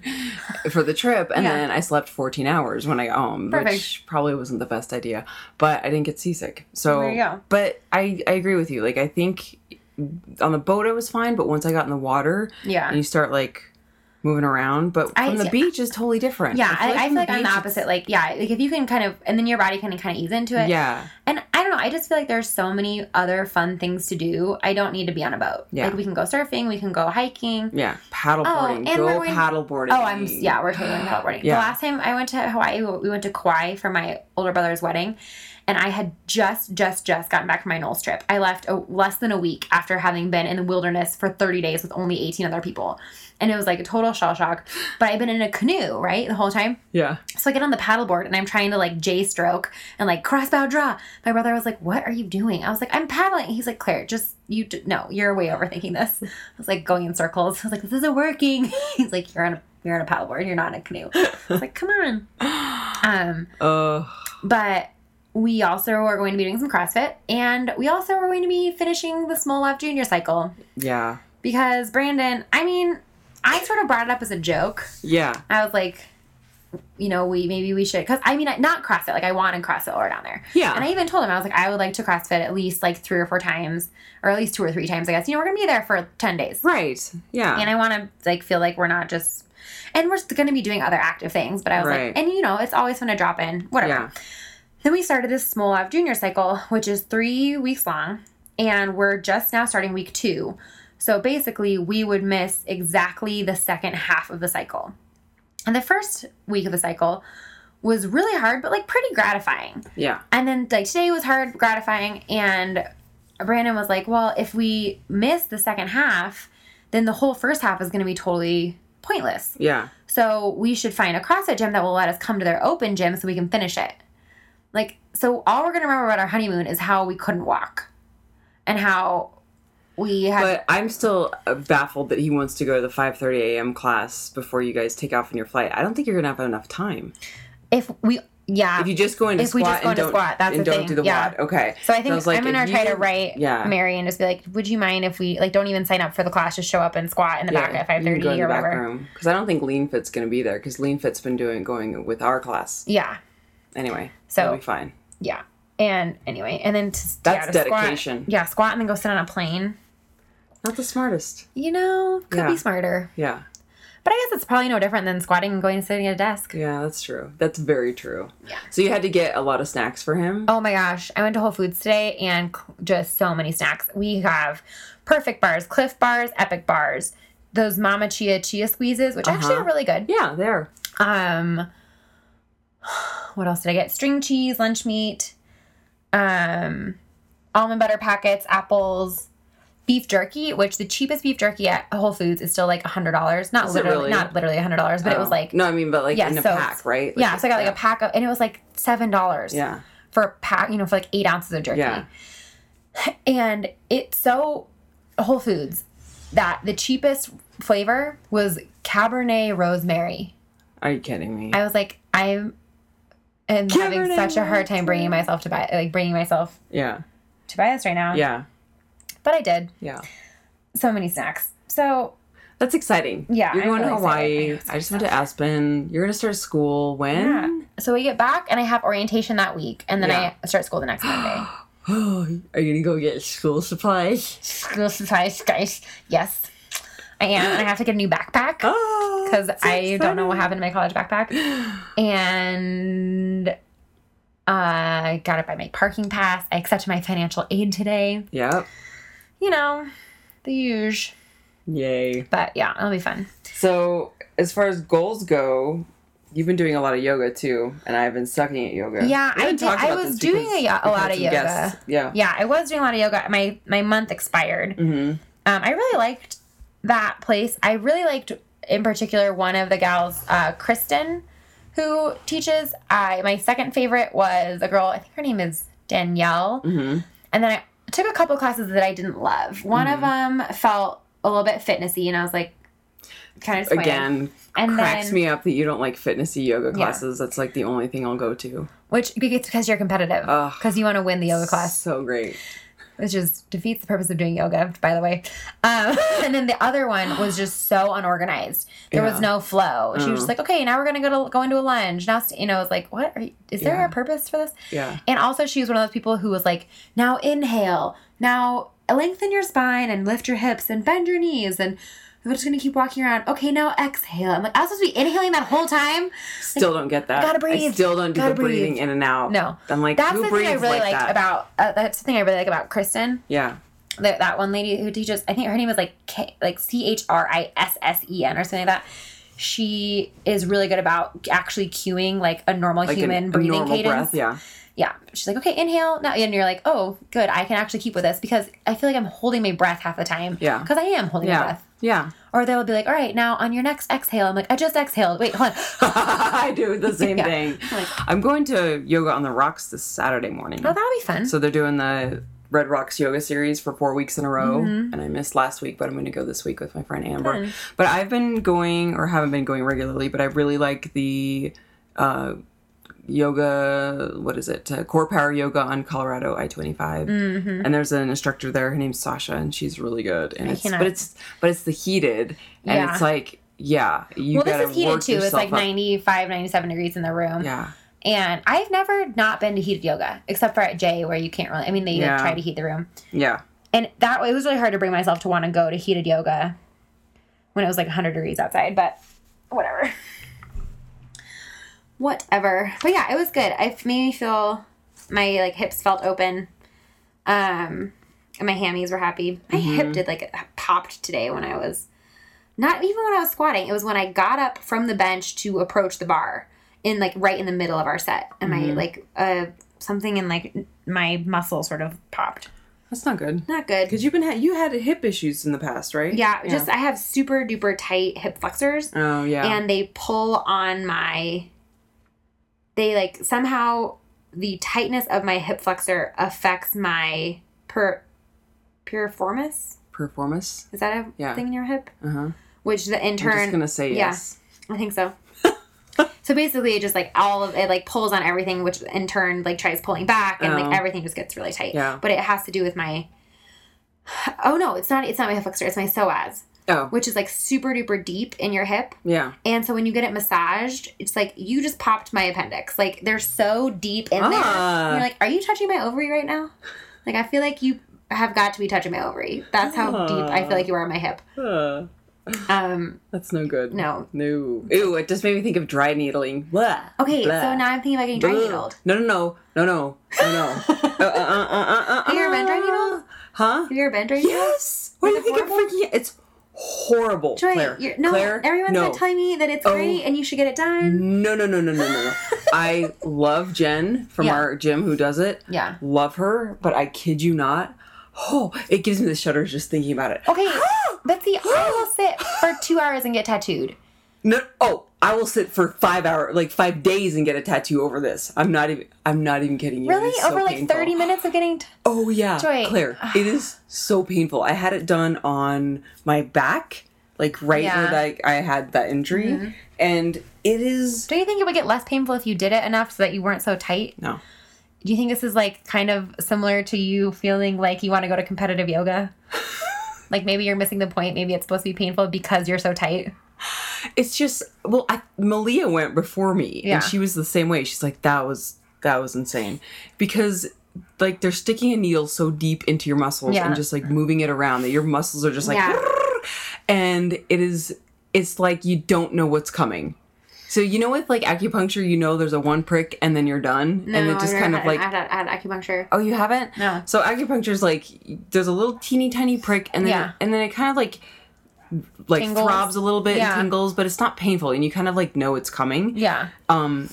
for the trip, and
Yeah.
then I slept 14 hours when I got home, which
Perfect.
probably wasn't the best idea. But I didn't get seasick, so
There you go.
but I, I agree with you. Like I think on the boat I was fine, but once I got in the water,
Yeah.
and you start like moving around. But
I-
from the beach is totally different.
Yeah, I, I
from
feel like I'm the
beach,
opposite. Like, yeah, like if you can kind of, and then your body can kind of ease into
it's-
it.
Yeah,
And I don't know. I just feel like there's so many other fun things to do. I don't need to be on a boat.
Yeah.
Like we can go surfing. We can go hiking.
yeah. Paddleboarding.
Oh, and
Go
we're going-
paddleboarding.
Oh, I'm yeah, we're totally paddleboarding.
Yeah.
The last time I went to Hawaii, we went to Kauai for my older brother's wedding, and I had just, just, just gotten back from my Knowles trip. I left a, less than a week after having been in the wilderness for 30 days with only 18 other people, and it was like a total shell shock. But I've been in a canoe right the whole time,
Yeah.
so I get on the paddleboard and I'm trying to like J stroke and like crossbow draw. My brother was like, "What are you doing?" I was like, "I'm paddling." He's like, "Claire, just you d- no, you're way overthinking this." I was like going in circles. I was like, "This isn't working." He's like, "You're on a you're on a paddleboard. You're not in a canoe." I was like, "Come on." Um,
Uh,
but we also are going to be doing some CrossFit and we also are going to be finishing the Small Love Junior cycle
yeah.
because Brandon, I mean, I sort of brought it up as a joke.
Yeah.
I was like, you know, we maybe we should because I mean, not CrossFit. Like I want to CrossFit or down there.
Yeah.
And I even told him I was like, I would like to CrossFit at least like three or four times, or at least two or three times. I guess you know we're gonna be there for ten days,
right. Yeah.
and I want to like feel like we're not just. And we're gonna be doing other active things, but I was
Right.
like, and you know, it's always fun to drop in, whatever.
yeah.
Then we started this Smolov Junior cycle, which is three weeks long, and we're just now starting week two. So basically, we would miss exactly the second half of the cycle. And the first week of the cycle was really hard, but like pretty gratifying.
Yeah.
And then like today was hard, gratifying, and Brandon was like, "Well, if we miss the second half, then the whole first half is going to be totally pointless."
Yeah.
So we should find a CrossFit gym that will let us come to their open gym so we can finish it. Like, so all we're gonna remember about our honeymoon is how we couldn't walk and how we had.
But I'm still uh, baffled that he wants to go to the 5:30 a.m. class before you guys take off on your flight. I don't think you're gonna have enough time.
if we, yeah.
If you just go into
If we
squat
just go
and
into
don't
squat, that's
and
the
don't
thing.
do the
Yeah.
wad. Okay.
so I think
was like,
I'm gonna
if
try
you-
to write
yeah.
Mary and just be like, "Would you mind if we like don't even sign up for the class, just show up and squat in the back at five thirty or whatever?"
Because I don't think Lean Fit's going to be there because Lean Fit's been doing going with our class
Yeah,
anyway.
So-
it'll be fine.
yeah. And anyway, and then to,
That's
yeah, to squat-
dedication.
yeah, squat and then go sit on a plane.
Not the smartest.
You know, could
Yeah.
be smarter,
Yeah,
but I guess it's probably no different than squatting and going and sitting at a desk.
yeah, that's true. That's very true.
Yeah.
So you had to get a lot of snacks for him.
Oh my gosh, I went to Whole Foods today and c- just so many snacks. We have perfect bars, Cliff bars, Epic bars, those Mama Chia chia squeezes, which actually
Uh-huh.
are really good.
Yeah, there.
Um what else did I get? String cheese, lunch meat, um almond butter packets, apples, beef jerky, which the cheapest beef jerky at Whole Foods is still like $100, not
Is it
literally
really?
not literally $100, but it
Oh.
was like
no, I mean, but like
yeah,
in a
so-
pack, right?
yeah, so I got like a pack of and it was like $7.
yeah,
for a pack, you know, for like eight ounces of jerky.
Yeah.
And it's so Whole Foods. that the cheapest flavor was Cabernet Rosemary.
Are you kidding me?
I was like, I'm am having
Cabernet
such a hard time bringing myself to buy, like bringing myself
yeah.
to buy this right now.
Yeah.
But I did.
Yeah.
So many snacks. So
That's exciting.
Yeah,
You're
I'm
going to
really
Hawaii.
excited.
I just went to Aspen. You're going to start school when?
so we get back and I have orientation that week, and then
Yeah.
I start school the next Monday.
Are you going to go get school supplies?
School supplies, guys. Yes, I am, and I have to get a new backpack.
Oh.
because
that's
I don't know what
exciting.
happened to my college backpack. And I got it by my parking pass. I accepted my financial aid today.
Yep.
You know, the huge.
Yay.
But yeah, it'll be fun.
So, as far as goals go, you've been doing a lot of yoga too, and I've been sucking at yoga.
Yeah,
We
I
haven't
did-
talked
I
about
was
this
doing
because
a yo- a
we've
lot
had
of
some
yoga.
guests. Yeah.
Yeah, I was doing a lot of yoga. My my month expired.
Mm-hmm.
Um, I really liked that place. I really liked, in particular, one of the gals, uh, Kristen, who teaches. I my second favorite was a girl. I think her name is Danielle.
Mhm.
And then I took a couple classes that I didn't love. One
Mm-hmm.
of them felt a little bit fitnessy, and I was like, kind of disappointed.
Again,
And
cracks
then-
me up that you don't like fitnessy yoga
Yeah.
classes. That's like the only thing I'll go to.
Which it's because you're competitive,
Ugh.
because you want to win the yoga class.
So great.
which is defeats the purpose of doing yoga by the way um, and then the other one was just so unorganized there
Yeah.
was no flow she
Mm.
was just like okay now we're gonna go to go into a lunge now st-" you know it's like what are you, is there
Yeah.
a purpose for this
Yeah.
and also she was one of those people who was like now inhale now lengthen your spine and lift your hips and bend your knees and we're just gonna keep walking around okay now exhale i'm like i was supposed to be inhaling that whole time
Still don't get that.
gotta
I
breathe.
still don't do
Gotta
the breathing
breathe.
in and out.
no
I'm like,
that's
who
the thing
breathes
i really
like
liked
that?
about uh, that's the thing i really like about kristen
yeah.
that, that one lady who teaches i think her name is like K, like c-h-r-i-s-s-e-n E or something like that she is really good about actually cueing like a normal
Like an-
human
a
breathing
normal
cadence
breath. Yeah.
yeah she's like okay inhale now and you're like oh good i can actually keep with this because i feel like i'm holding my breath half the time
Yeah.
because i am holding my
Yeah.
breath
Yeah.
or they'll be like all right now on your next exhale i'm like i just exhaled wait hold on
I do the same
Yeah.
thing.
Like-
I'm going to yoga on the rocks this Saturday morning.
oh that'll be fun
So they're doing the Red Rocks yoga series for four weeks in a row,
Mm-hmm.
and I missed last week, but I'm going to go this week with my friend Amber. But I've been going, or haven't been going regularly, but I really like the uh, yoga. What is it? Uh, Core Power Yoga on Colorado I-25,
Mm-hmm.
and there's an instructor there. Her name's Sasha, and she's really good. And it's
cannot-
but it's but it's the heated, and
Yeah.
it's like yeah, you
well
gotta
this is heated
work
too it's
yourself
like
up.
95 97 degrees in the room
Yeah.
And I've never not been to heated yoga, except for at Jay, where you can't really. I mean, they like,
Yeah.
try to heat the room,
Yeah.
and that it was really hard to bring myself to want to go to heated yoga when it was like 100 degrees outside. But whatever, whatever. But yeah, it was good. It made me feel my like hips felt open, um, and my hammies were happy. My hip did like popped today when I was not even when I was squatting. It was when I got up from the bench to approach the bar in like right in the middle of our set, and my like uh something in like my muscle sort of popped.
That's not good.
Not good.
Because you've been ha- you had hip issues in the past, right?
Yeah, just I have super duper tight hip flexors,
Oh yeah.
and they pull on my. They like somehow the tightness of my hip flexor affects my per piriformis.
Performance.
Is that a
Yeah.
thing in your hip?
Uh huh.
Which the in
I'm just
turn
gonna say
yeah.
yes.
I think so. so basically, it just like all of it like pulls on everything, which in turn like tries pulling back, and
Oh.
like everything just gets really tight.
Yeah.
But it has to do with my. Oh no, it's not. It's not my hip flexor. It's my psoas,
Oh
which is like super duper deep in your hip.
yeah.
And so when you get it massaged, it's like you just popped my appendix. Like they're so deep in there.
Ah.
And you're like, are you touching my ovary right now? Like I feel like you have got to be touching my ovary. That's how deep I
Ah.
feel like you are in my hip.
Uh,
Um,
that's no good.
No.
No. Ew! It just made me think of dry needling. Blah.
okay,
Blah.
so now I'm thinking about getting dry
Blah.
needled.
No no no no no no no. uh, uh, uh, uh, uh, uh,
Have you ever been dry needled?
Huh?
Have you ever been dry needled?
Yes. What do you
it
think? It freaking. It's horrible.
Joy,
Claire.
you're, no,
Claire,
everyone's
no. Oh.
been telling me that it's great and you should get it done.
No, no, no, no, no, no, no. I love Jen from
Yeah.
our gym who does it.
Yeah.
Love her, but I kid you not. Oh, it gives me the shudders just thinking about it.
Okay, Betsy, I will sit for two hours and get tattooed.
No, oh, I will sit for five hour, like five days, and get a tattoo over this. I'm not even. I'm not even kidding you. It
Really?
is so
Over like
painful.
30 minutes of getting. T-
Oh yeah,
Joy.
Claire. it is so painful. I had it done on my back, like right
Yeah. Mm-hmm.
where that I had that injury, and it is
Don't you think it would get less painful if you did it enough so that you weren't so tight?
no.
Do you think this is like kind of similar to you feeling like you want to go to competitive yoga? like maybe you're missing the point. Maybe it's supposed to be painful because you're so tight.
It's just well, I, Malia went before me,
Yeah.
and she was the same way. She's like, that was that was insane, because like they're sticking a needle so deep into your muscles
Yeah.
and just like moving it around that your muscles are just like,
Yeah.
and it is it's like you don't know what's coming. So you know with like acupuncture, you know there's a one prick and then you're done, and it just kind of like
had, acupuncture.
Oh, you haven't?
No.
So acupuncture's like there's a little teeny tiny prick, and then
Yeah.
and then it kind of like like
Tingles.
throbs a little bit
Yeah.
and tingles, but it's not painful, and you kind of like know it's coming.
Yeah.
Oh,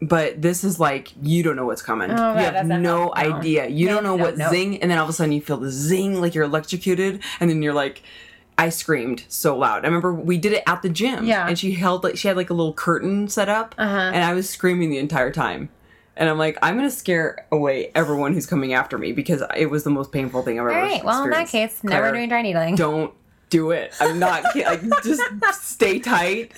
But this is like you don't know what's coming.
God,
you have
Oh, that's not-
no
no.
idea. You
Nope,
don't know
nope,
what
nope.
zing, and then all of a sudden you feel the zing like you're electrocuted, and then you're like. I screamed so loud. I remember we did it at the gym.
Yeah.
And she held like she had like a little curtain set up
Uh-huh.
and I was screaming the entire time. And I'm like, I'm gonna scare away everyone who's coming after me because it was the most painful thing I've ever.
All right. Well, in that case,
experienced.
never
Claire,
doing dry needling.
Don't do it. I'm not. ki- like, just stay tight.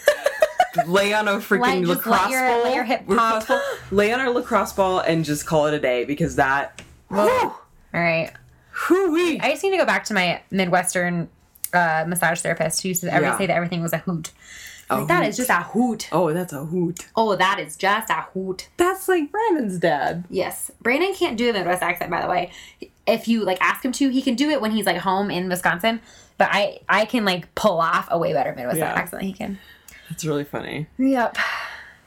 Lay on a
Let-
freaking
just
lacrosse
let your-
ball.
let your hip
lacrosse
pop.
ball- Lay on our lacrosse ball and just call it a day because that. Whew,
All right.
whoo-wee.
I just need to go back to my Midwestern uh, massage therapist who used to every
Yeah.
say that everything was a hoot.
A
Like, that is just a hoot.
Oh, that's a hoot.
Oh, that is just a hoot.
That's like Brandon's dad.
Yes. Brandon can't do a Midwest accent, by the way. If you like ask him to, he can do it when he's like home in Wisconsin. But I, I can like pull off a way better Midwest
Yeah.
accent than he can.
That's really funny.
Yep.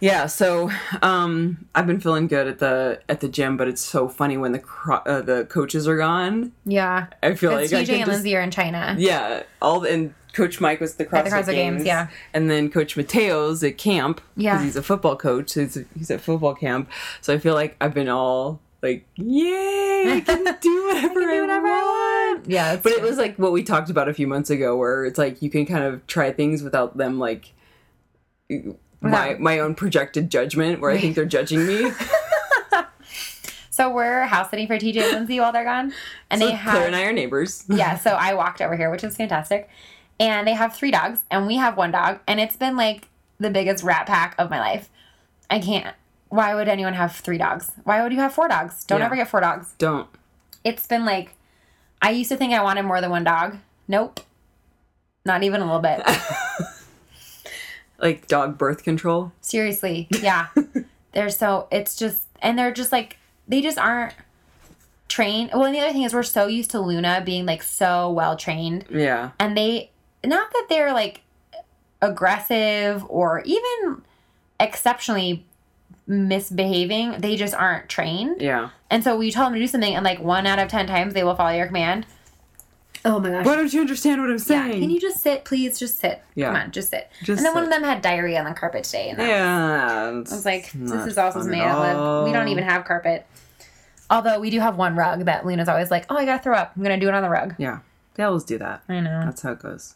Yeah, so um, I've been feeling good at the at the gym, but it's so funny when the cro- uh, the coaches are gone.
Yeah.
I feel like
Because
I
TJ
can
and
just-
Lindsay are in China.
yeah, all the- and Coach Mike was at the CrossFit,
the CrossFit Games, yeah.
and then Coach Mateo's at camp. 'cause
Yeah.
he's a football coach. So he's, he's at football camp, so I feel like I've been all like, "Yay, I can do whatever I,
do whatever I
want."
Yeah. that's
But it
true.
was like what we talked about a few months ago, where it's like you can kind of try things without them like my
Without-
my own projected judgment, where I think they're judging me.
So we're house sitting for TJ and Lindsay while they're gone. And they
so
have
Claire and I are neighbors.
yeah, so I walked over here, which is fantastic. And they have three dogs, and we have one dog, and it's been like the biggest rat pack of my life. I can't. Why would anyone have three dogs? Why would you have four dogs? Don't
Yeah.
ever get four dogs.
Don't.
It's been like, I used to think I wanted more than one dog. Nope. Not even a little bit.
Like dog birth control.
Seriously. Yeah. they're so, it's just, and they're just like, they just aren't trained. Well, and the other thing is, we're so used to Luna being like so well trained.
Yeah.
and they not that they're like aggressive or even exceptionally misbehaving they just aren't trained
Yeah.
and so you tell them to do something and like one out of ten times they will follow your command oh my gosh
Why don't you understand what I'm saying?
can you just sit please just sit
Yeah.
come on just sit
Just
and then one of
sit.
them had diarrhea on the carpet today and
yeah.
i was like this
not
is also
fun
something
at
ad-lib. we
all.
don't even have carpet although we do have one rug that luna's always like oh i gotta throw up i'm gonna do it on the rug
Yeah. They always do that.
i know
That's how it goes.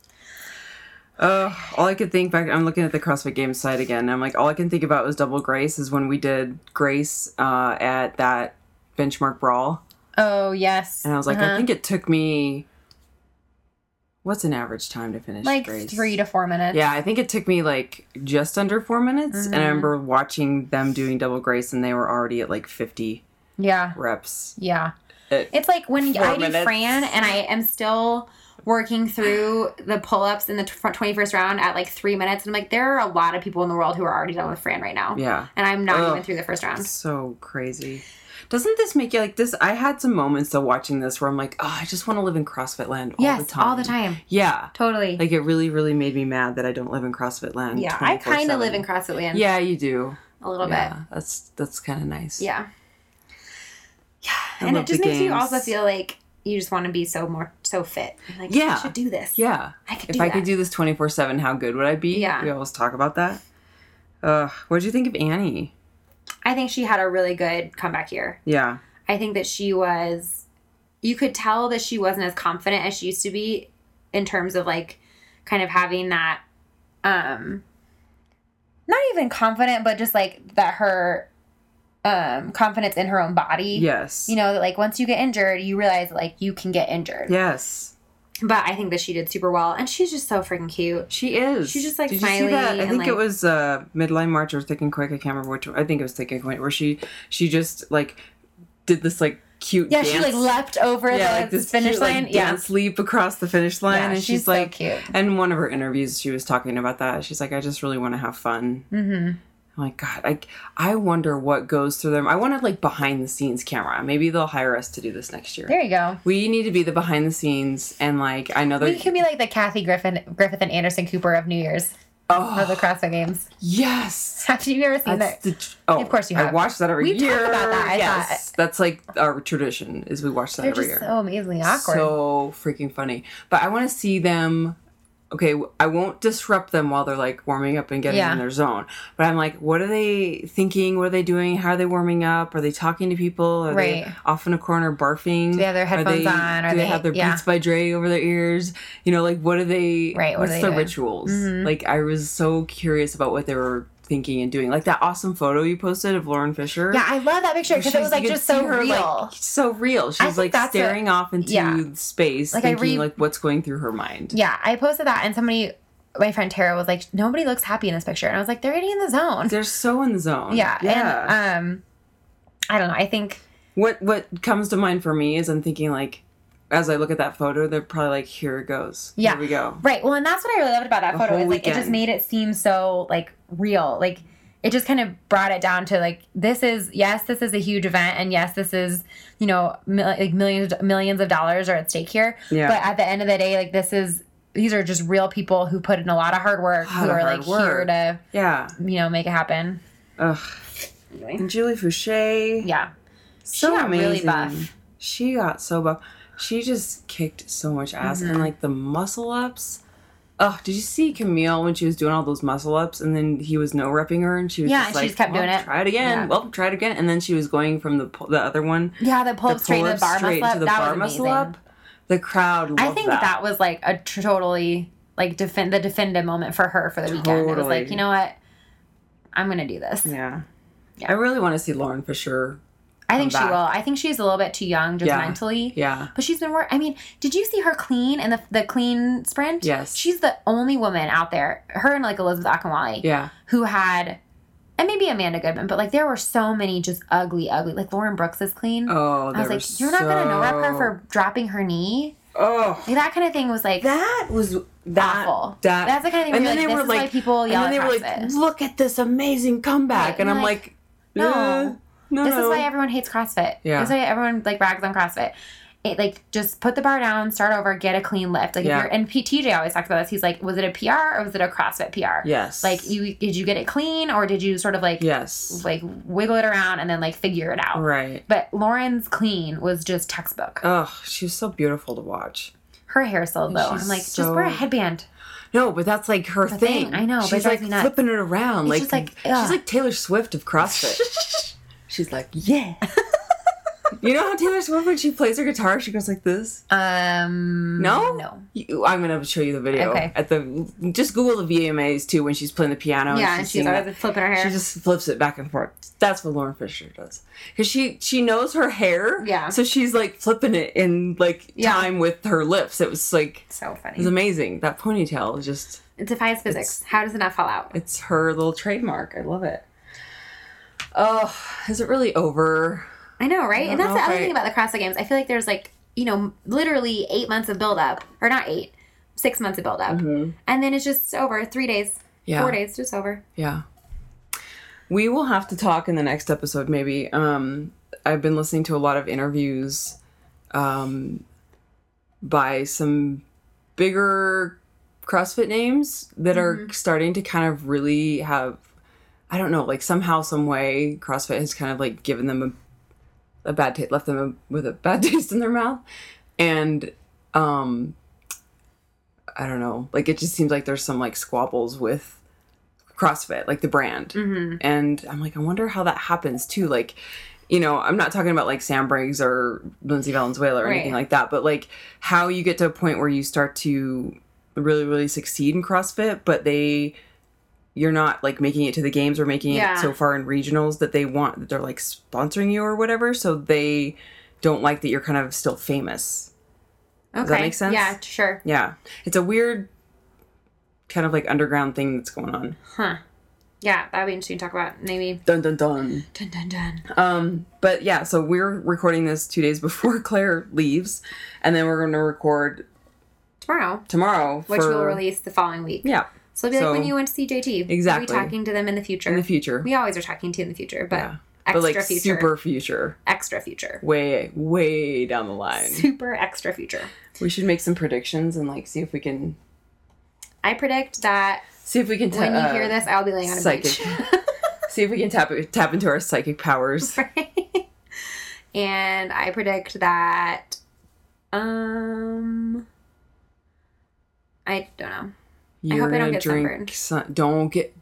Uh, all I could think back, I'm looking at the CrossFit Games site again. and I'm like, all I can think about was Double Grace is when we did Grace uh, at that benchmark brawl.
oh yes
And I was like,
Uh-huh.
I think it took me, what's an average time to finish
like
Grace?
three to four minutes
Yeah, I think it took me like just under four minutes. And
Mm-hmm.
I remember watching them doing Double Grace and they were already at like 50
Yeah.
reps.
Yeah.
It-
It's like when
Uh, Four
I do
minutes.
Fran and I am still working through the pull ups in the tw- 21st round at like three minutes. And I'm like, there are a lot of people in the world who are already done with Fran right now.
Yeah.
And I'm not
Ugh.
even through the first round.
So crazy. Doesn't this make you like this? I had some moments though watching this where I'm like, oh, I just want to live in CrossFit land all
yes.
the time.
All the time.
Yeah.
Totally.
Like it really, really made me mad that I don't live in CrossFit land.
yeah. I kind
24/7.
of live in CrossFit land
Yeah, you do.
a little bit.
Yeah, that's that's kind of nice.
Yeah.
I
and
love
it
the
just makes you
games.
also feel like you just want to be so more, so fit. Like,
Yeah.
I should do this.
Yeah.
I could
If
do
I
that.
could do this twenty four seven, how good would I be?
Yeah.
We always talk about that. Uh, what did you think of Annie?
I think she had a really good comeback here.
Yeah.
I think that she was you could tell that she wasn't as confident as she used to be in terms of like kind of having that um not even confident, but just like that her um confidence in her own body.
Yes.
You know, that like once you get injured, you realize like you can get injured.
Yes.
But I think that she did super well and she's just so freaking cute.
She is.
She's just, like,
Did You
smiley
see that? I
and,
think it
like-
was uh, midline march or thick and quick. I can't remember which. One. I think it was thick and quick, where she she just like did this like cute.
Yeah, she
dance.
like leapt over the finish
cute,
line.
like,
yeah.
dance leap across the finish line,
Yeah,
and
she's
she's,
so
like,
cute.
And one of her interviews, she was talking about that. She's like, I just really want to have fun. Mm-hmm. I'm like, God, I, I wonder what goes through them. I want to like behind the scenes camera. Maybe they'll hire us to do this next year.
There you go.
We need to be the behind the scenes, and like I know
We
they're
can be like the Kathy Griffin Griffith and Anderson Cooper of New Year's of
oh
the CrossFit Games.
yes.
Have you ever seen
That's
that?
the, oh,
Of course you
I
have.
watch that every
We talked
year.
about that, I
yes, that's like our tradition is we watch that
They're
every
just
year.
so amazingly awkward.
So freaking funny. But I want to see them. Okay, w- I won't disrupt them while they're like warming up and getting
Yeah.
in their zone. But I'm like, what are they thinking? What are they doing? How are they warming up? Are they talking to people? Are
Right.
they off in a corner barfing? Do
they have their headphones on? Are
do they,
they-
have their
yeah.
Beats by Dre over their ears? You know, like what are they?
Right, what
What's
are they Mm-hmm.
their
doing?
rituals? Like I was so curious about what they were thinking and doing. Like that awesome photo you posted of Lauren Fisher.
yeah, I love that picture because
She
it was like
you could
just so
see her,
real.
Like, so real.
I
She's
think
like
that's
staring off into
yeah.
space,
Like, I
thinking
re-
like what's going through her mind.
yeah, I posted that and somebody, my friend Tara, was like, "Nobody looks happy in this picture," and I was like, "They're getting in the zone."
They're so in the zone.
yeah,
yeah.
And, um, I don't know. I think
what what comes to mind for me is I'm thinking like, as I look at that photo, they're probably like, here it goes.
Yeah.
Here we go.
Right. Well, and that's what I really loved about that
The
photo.
whole
Is like it just
weekend.
made it seem so like real. Like it just kind of brought it down to like this is yes, this is a huge event, and yes, this is you know mil- like millions millions of dollars are at stake here.
Yeah.
But at the end of the day, like this is these are just real people who put in a lot of hard work
Lot
who
of
are
hard
like here
work.
to
Yeah.
you know make it happen.
Ugh.
Anyway.
And Julie Fouché.
Yeah.
So
got really
amazing.
buff.
She got so buff. She just kicked so much ass
Mm-hmm.
and like the muscle ups. Oh, did you see Camille when she was doing all those muscle ups and then he was no repping her and she was
Yeah,
just
and she
like,
just kept
"Well,
doing it."
Try it again.
Yeah.
Well, try it again, and then she was going from the pull- the other one,
Yeah, the pull up straight to the
pull-up
bar muscle up. that was amazing.
The crowd. Loved
I think that. was like a totally like defend the defender moment for her for the weekend. It was like,
Totally.
you know what? I'm gonna do this.
Yeah.
Yeah.
I really want to see Lauren Fisher.
I think she
back.
will. I think she's a little bit too young just
Yeah.
mentally.
Yeah.
But she's been work. I mean, did you see her clean and the the clean sprint?
Yes.
She's the only woman out there, her and like Elizabeth Akinwale,
Yeah.
who had, and maybe Amanda Goodman, but like there were so many just ugly, ugly. Like Lauren Brooks is clean.
Oh,
I was
they were
like, you're not gonna no rep her
so-
for dropping her knee.
Oh,
Like, that kind of thing was like
that was that.
awful.
That
That's the kind of thing.
and
where
then
you're
they
like,
were
this is why
like,
people
and
yell
then they
at
were
CrossFit.
like, look at this amazing comeback,
Right,
and
and
I'm
like,
like,
no.
"Uh, no,
this
no.
is why everyone hates CrossFit.
Yeah.
This is why everyone like rags on CrossFit. It like just put the bar down, start over, get a clean lift. Like
Yeah.
if you're and PTJ always talks about this. He's like, was it a PR or was it a CrossFit PR?
yes,
Like you did you get it clean or did you sort of like
yes,
like wiggle it around and then like figure it out?
right.
But Lauren's clean was just textbook.
Oh, she was so beautiful to watch.
Her hair sold though.
she's
I'm like, just
so-
wear a headband.
No, but that's like her
The
thing.
thing, I know, but it
She's like
drives me nuts.
flipping it around, like,
It's just like, ugh.
she's like Taylor Swift of CrossFit. she's like, yeah. you know how Taylor Swift when she plays her guitar, she goes like this.
Um
No,
No.
You, I'm gonna show you the video.
Okay.
At the just Google the VMAs too when she's playing the piano.
Yeah, and
she's
she's
singing
always
that.
flipping her
She
hair.
just flips it back and forth. That's what Lauren Fisher does. Because she she knows her hair.
Yeah.
So she's like flipping it in like
Yeah.
time with her lips. It was like
so
it was
funny.
amazing. That ponytail is just
It defies physics. How does it not fall out?
it's her little trademark. I love it. Oh, is it really over?
I know, right? And
don't
that's
know
the
if
other
I-
thing about the CrossFit Games. I feel like there's like, you know, literally eight months of build up, or not eight, six months of build up, and then it's just over. Three days,
Mm-hmm. Yeah.
four days, just over.
Yeah. We will have to talk in the next episode, maybe. Um, I've been listening to a lot of interviews um, by some bigger CrossFit names that are starting to kind of really have, I don't know, like somehow, some way, CrossFit has kind of like given them a, a bad taste, left them a, with a bad taste in their mouth. And um, I don't know, like it just seems like there's some like squabbles with CrossFit, like the brand. And I'm like, I wonder how that happens too. Like, you know, I'm not talking about like Sam Briggs or Lindsay Valenzuela or
Right.
anything like that, but like how you get to a point where you start to really, really succeed in CrossFit, but they you're not like making it to the games or making
Yeah.
it so far in regionals that they want that they're like sponsoring you or whatever. So they don't like that you're kind of still famous.
Okay.
that make sense?
Yeah, sure.
Yeah, it's a weird kind of like underground thing that's going on.
Huh. Yeah, that'd be interesting to talk about. Maybe.
Dun dun dun.
Dun dun dun.
Um, but yeah, so we're recording this two days before Claire leaves, and then we're going to record
Tomorrow,
tomorrow,
which
for-
we'll release the following week.
Yeah,
So it'll be like
So-
when you went to see JT.
Exactly.
We'll be talking to them in the future.
in the future,
we always are talking to in the future, but
Yeah.
extra
but like
future.
super future,
extra future.
way way down the line.
Super extra future.
We should make some predictions and like see if we can
I predict that
see if we can ta-
when you
uh,
hear this, I'll be laying on a
psychic. see if we can tap tap into our psychic powers.
beach. and I predict that um I don't know. I hope I don't
gonna
get sunburned.
sun- don't get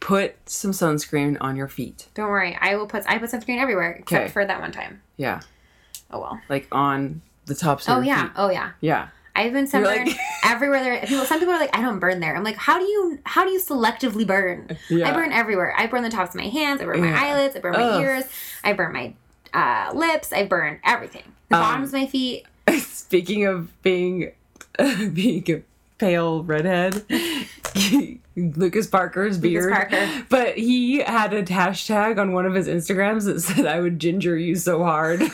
put some sunscreen on your feet.
Don't worry. I will put I put sunscreen everywhere except
Okay.
for that one time.
Yeah,
Oh well.
like on the tops. Of
Oh
your
yeah.
feet.
Oh yeah.
yeah.
I've been
You're
sunburned
like-
everywhere there people some people are like, I don't burn there. I'm like, how do you how do you selectively burn?
Yeah.
I burn everywhere. I burn the tops of my hands, I burn my
Yeah.
eyelids, I burn my
Ugh.
ears, I burn my uh, lips, I burn everything. The
Um,
bottoms of my feet.
Speaking of being being a pale redhead, Lucas Parker's beard.
Parker.
But he had a hashtag on one of his Instagrams that said, "I would ginger you so hard." it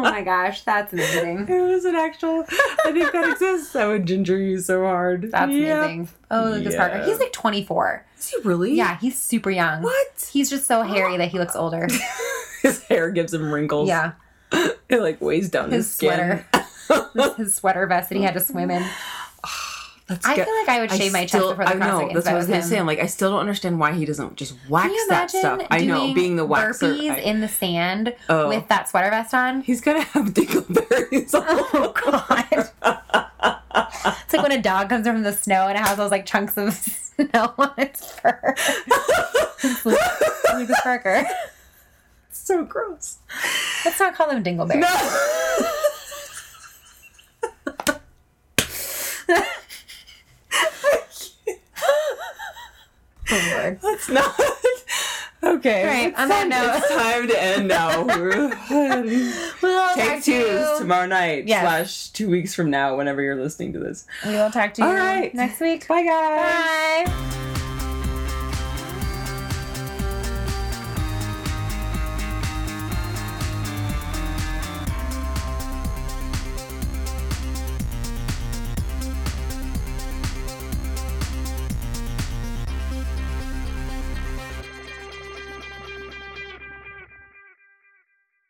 my gosh, that's amazing.
was an actual. I think that exists. I would ginger you so hard.
That's
Yeah.
amazing. Oh, Lucas Parker.
Yeah.
He's like 24.
Is he really?
Yeah, he's super young.
What?
He's just so hairy that he looks older.
His hair gives him wrinkles.
Yeah,
It like weighs down his,
his
skin.
sweater, his sweater vest that he had to swim in.
Let's
I
get-
feel like I would shave my chest
still-
before the
I know.
CrossFit Games.
That's
if
what I
I
was gonna
him.
say. I'm like, I still don't understand why he doesn't just
Can
wax
you
that
imagine
stuff. I know,
doing
being the waxer.
burpees
I-
in the sand
Oh.
with that sweater vest on?
He's gonna have dingleberries.
Oh god! it's like when a dog comes from the snow and it has those like chunks of snow on its fur. It's Lu- Lucas Parker.
It's so gross.
Let's not call them dingleberry. Oh, Lord.
It's not. Okay.
All right,
it's
on that
time,
note.
it's time to end now.
We will
Take
talk to
twos
you.
tomorrow night
Yes.
slash two weeks from now, whenever you're listening to this.
We will talk to you
All right.
next week.
Bye guys.
Bye.